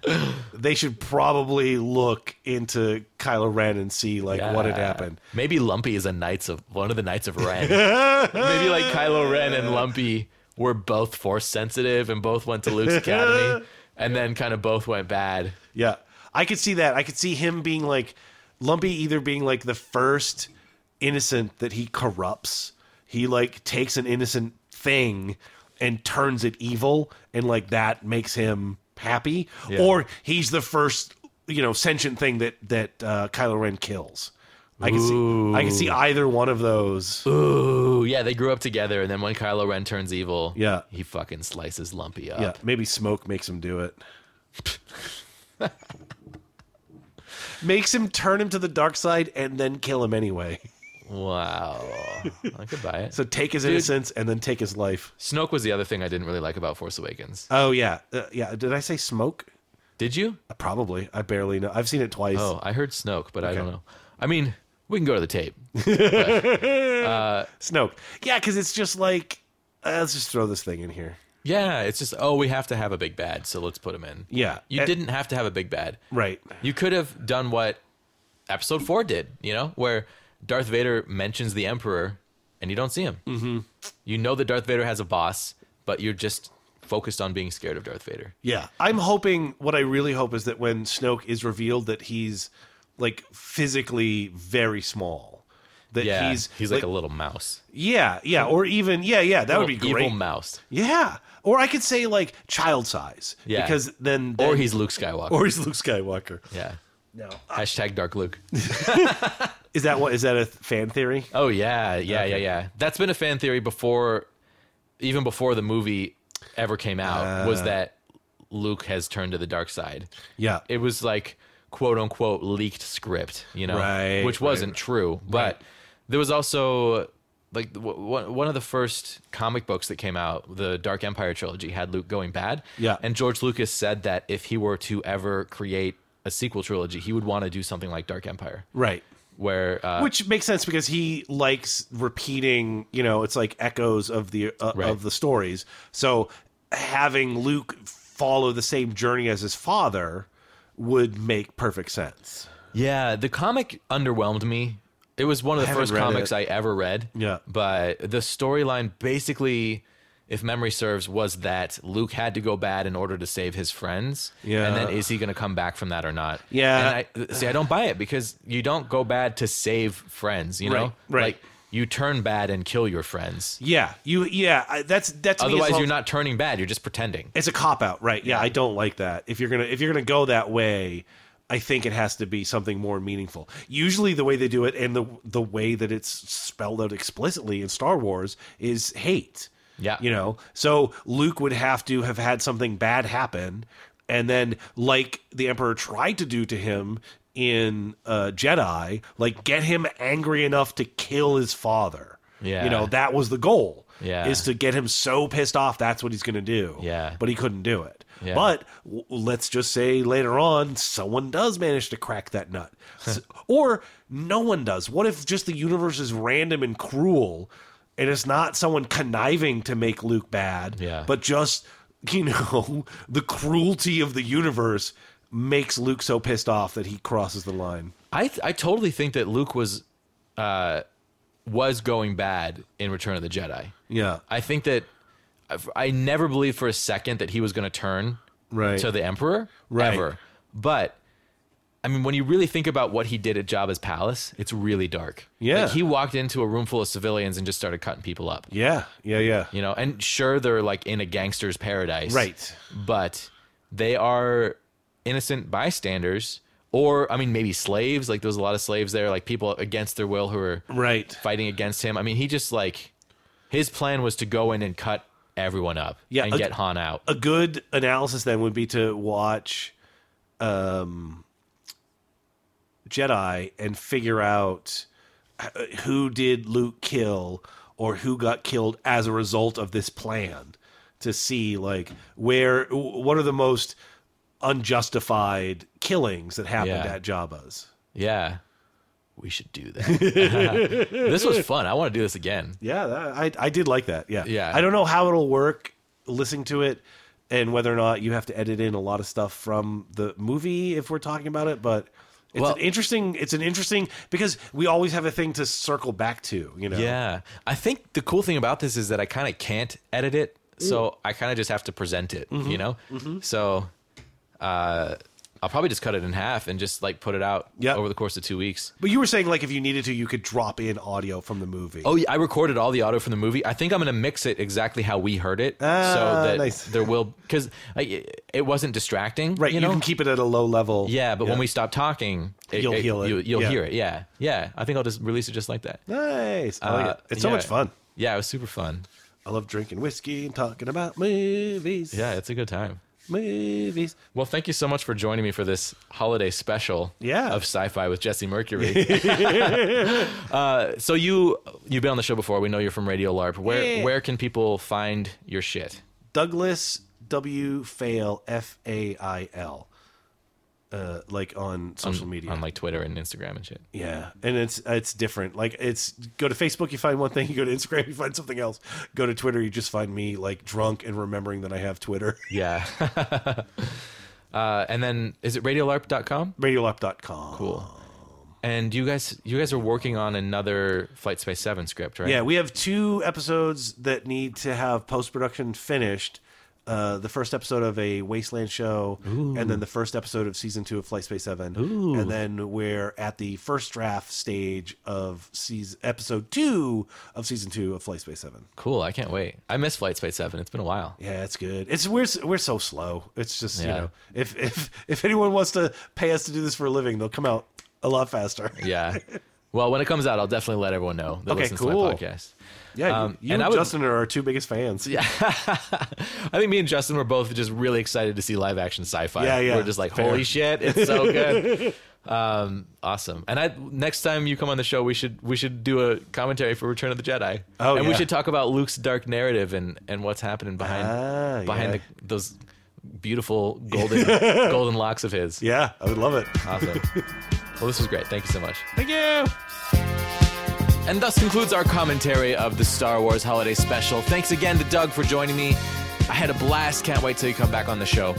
they should probably look into Kylo Ren and see like what had Yeah. happened. Maybe Lumpy is a knights of one of the knights of Ren. Maybe like Kylo Ren and Lumpy were both force sensitive and both went to Luke's academy, and then kind of both went bad. Yeah. I could see that. I could see him being like Lumpy either being like the first innocent that he corrupts. He like takes an innocent thing and turns it evil and like that makes him happy Yeah. or he's the first, you know, sentient thing that that uh, Kylo Ren kills. I can see I can see Ooh. either one of those. Ooh, yeah, they grew up together, and then when Kylo Ren turns evil, Yeah. he fucking slices Lumpy up. Yeah, maybe smoke makes him do it. makes him turn him to the dark side and then kill him anyway. Wow, I could buy it. So take his Dude. innocence and then take his life. Snoke was the other thing I didn't really like about Force Awakens. Oh yeah, uh, yeah. Did I say smoke? Uh, Did you? Probably. I barely know. I've seen it twice. Oh, I heard Snoke, but I Okay. don't know. I mean, we can go to the tape. Snoke. Yeah, because it's just like uh, let's just throw this thing in here. Yeah, it's just oh, we have to have a big bad, so let's put him in. Yeah. you Eh. didn't have to have a big bad, Right. You could have done what Episode Four did, you know, where Darth Vader mentions the Emperor, and you don't see him. Mm-hmm. You know that Darth Vader has a boss, but you're just focused on being scared of Darth Vader. Yeah, I'm hoping. What I really hope is that when Snoke is revealed, that he's like physically very small. That yeah, he's he's like, a little mouse. Yeah, yeah, or even yeah, yeah. That would be Little great. Evil mouse. Yeah, or I could say like child size. Yeah. because then, Or then- he's Luke Skywalker. Or he's Luke Skywalker. Yeah. No. Hashtag Dark Luke. Is that what? Is that a th- fan theory? Oh yeah, yeah, yeah, yeah. That's been a fan theory before, even before the movie ever came out. was Uh. that Luke has turned to the dark side? Yeah. It was like quote unquote leaked script, you know, Right, which right. wasn't true. But there was also like w- w- one of the first comic books that came out, the Dark Empire trilogy, had Luke going bad. Yeah. and George Lucas said that if he were to ever create a sequel trilogy, he would want to do something like Dark Empire, Right. where uh, Which makes sense because he likes repeating. You know, it's like echoes of the uh, Right. of the stories. So having Luke follow the same journey as his father would make perfect sense. Yeah, the comic underwhelmed me. It was one of I the haven't first read comics it. I ever read. Yeah. But the storyline basically, if memory serves, was that Luke had to go bad in order to save his friends. Yeah. And then is he going to come back from that or not? Yeah. And I, see, I don't buy it because you don't go bad to save friends, you know? Right, right. Like, you turn bad and kill your friends. Yeah, you. Yeah, I- that's that's. Otherwise, you're not turning bad. You're just pretending. It's a cop out, right? Yeah, I don't like that. If you're gonna if you're gonna go that way, I think it has to be something more meaningful. Usually, the way they do it and the the way that it's spelled out explicitly in Star Wars is hate. Yeah. you know. So Luke would have to have had something bad happen, and then like the Emperor tried to do to him in uh, Jedi, like get him angry enough to kill his father. Yeah. you know that was the goal Yeah. is to get him so pissed off that's what he's going to do Yeah. but he couldn't do it Yeah. but w- let's just say later on someone does manage to crack that nut S- or no one does what if just the universe is random and cruel and it's not someone conniving to make luke bad Yeah. but just you know the cruelty of the universe makes luke so pissed off that he crosses the line I th- I totally think that Luke was uh was going bad in Return of the Jedi. yeah I think that I've- I never believed for a second that he was going to turn Right. to the Emperor Right. ever. But I mean, when you really think about what he did at Jabba's palace, it's really dark. Yeah. like, he walked into a room full of civilians and just started cutting people up. yeah yeah yeah You know, and sure they're like in a gangster's paradise, Right. But they are innocent bystanders, or I mean, maybe slaves. Like there was a lot of slaves there, like people against their will who were right fighting against him. I mean, he just like his plan was to go in and cut everyone up, Yeah, and a- get Han out. a good analysis then would be to watch um, Jedi and figure out who did Luke kill or who got killed as a result of this plan to see like where what are the most unjustified killings that happened Yeah. at Jabba's. Yeah. We should do that. this was fun. I want to do this again. Yeah, that, I I did like that. Yeah. Yeah. I don't know how it'll work listening to it and whether or not you have to edit in a lot of stuff from the movie if we're talking about it, but it's Well- an interesting it's an interesting because we always have a thing to circle back to, you know. Yeah. I think the cool thing about this is that I kind of can't edit it. Mm. So I kind of just have to present it, you Mhm. know? Mhm. So uh, I'll probably just cut it in half and just like put it out over the course of two weeks. But you were saying like if you needed to you could drop in audio from the movie. Oh, yeah, I recorded all the audio from the movie. I think I'm going to mix it exactly how we heard it, Ah, so that nice. there will because it it wasn't distracting, right, you, know? can keep it at a low level. yeah, but when Yeah. we stop talking, You'll hear heal it. You, you'll Yeah. hear it. Yeah, yeah. I think I'll just release it just like that. Nice. I like Uh, it. Oh, It's so yeah. much fun. Yeah, it was super fun. I love drinking whiskey and talking about movies. Yeah, it's a good time. Movies. Well, thank you so much for joining me for this holiday special. Yeah. of sci-fi with Jesse Mercury. uh, so you you've been on the show before. We know you're from Radio LARP. Where Yeah. where can people find your shit? Douglas W. Fail F A I L, uh, like on social media, on like Twitter and Instagram and shit. Yeah, and it's it's different. Like it's go to Facebook, you find one thing. You go to Instagram, you find something else. Go to Twitter, you just find me like drunk and remembering that I have Twitter. Yeah. uh, and then is it radiolarp.com? Radiolarp.com. Cool. And you guys you guys are working on another Flight Space 7 script, right? Yeah, we have two episodes that need to have post production finished. Uh, the first episode of a Wasteland show, and then the first episode of season two of Flight Space Seven, Ooh. and then we're at the first draft stage of season episode two of season two of Flight Space Seven. Cool, I can't wait. I miss Flight Space 7. It's been a while. Yeah, it's good. It's we're s- we're so slow. It's just you Yeah. know if if if anyone wants to pay us to do this for a living, they'll come out a lot faster. Yeah. Well, when it comes out, I'll definitely let everyone know that Okay, listens cool. to my podcast. Yeah, Um, you, and you and, I would- Justin are our two biggest fans. Yeah, I think me and Justin were both just really excited to see live action sci-fi. Yeah, yeah. We're just like, Fair. holy shit, it's so good. um, awesome. And I next time you come on the show, we should we should do a commentary for Return of the Jedi. Oh, and we yeah. should talk about Luke's dark narrative and and what's happening behind Ah, behind yeah. the, those beautiful golden golden locks of his. Yeah, I would love it. Awesome. well, this was great. Thank you so much. Thank you. And thus concludes our commentary of the Star Wars Holiday Special. Thanks again to Doug for joining me. I had a blast. Can't wait till you come back on the show.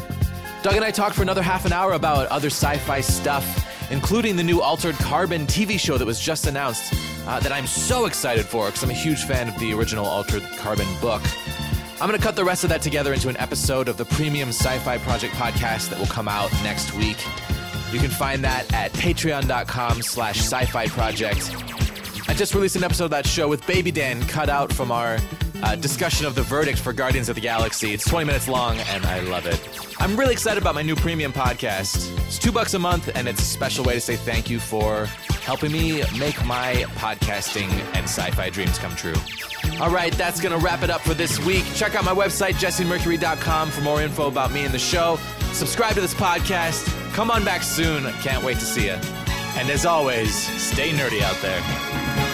Doug and I talked for another half an hour about other sci fi stuff, including the new Altered Carbon TV show that was just announced uh, that I'm so excited for because I'm a huge fan of the original Altered Carbon book. I'm going to cut the rest of that together into an episode of the Premium Sci Fi Project podcast that will come out next week. You can find that at patreon.com slash sci fi project. I just released an episode of that show with Baby Dan cut out from our uh, discussion of the verdict for Guardians of the Galaxy. It's 20 minutes long and I love it. I'm really excited about my new premium podcast. It's two bucks a month and it's a special way to say thank you for helping me make my podcasting and sci fi dreams come true. All right, that's going to wrap it up for this week. Check out my website, jessemercury.com, for more info about me and the show. Subscribe to this podcast. Come on back soon. Can't wait to see you. And as always, stay nerdy out there.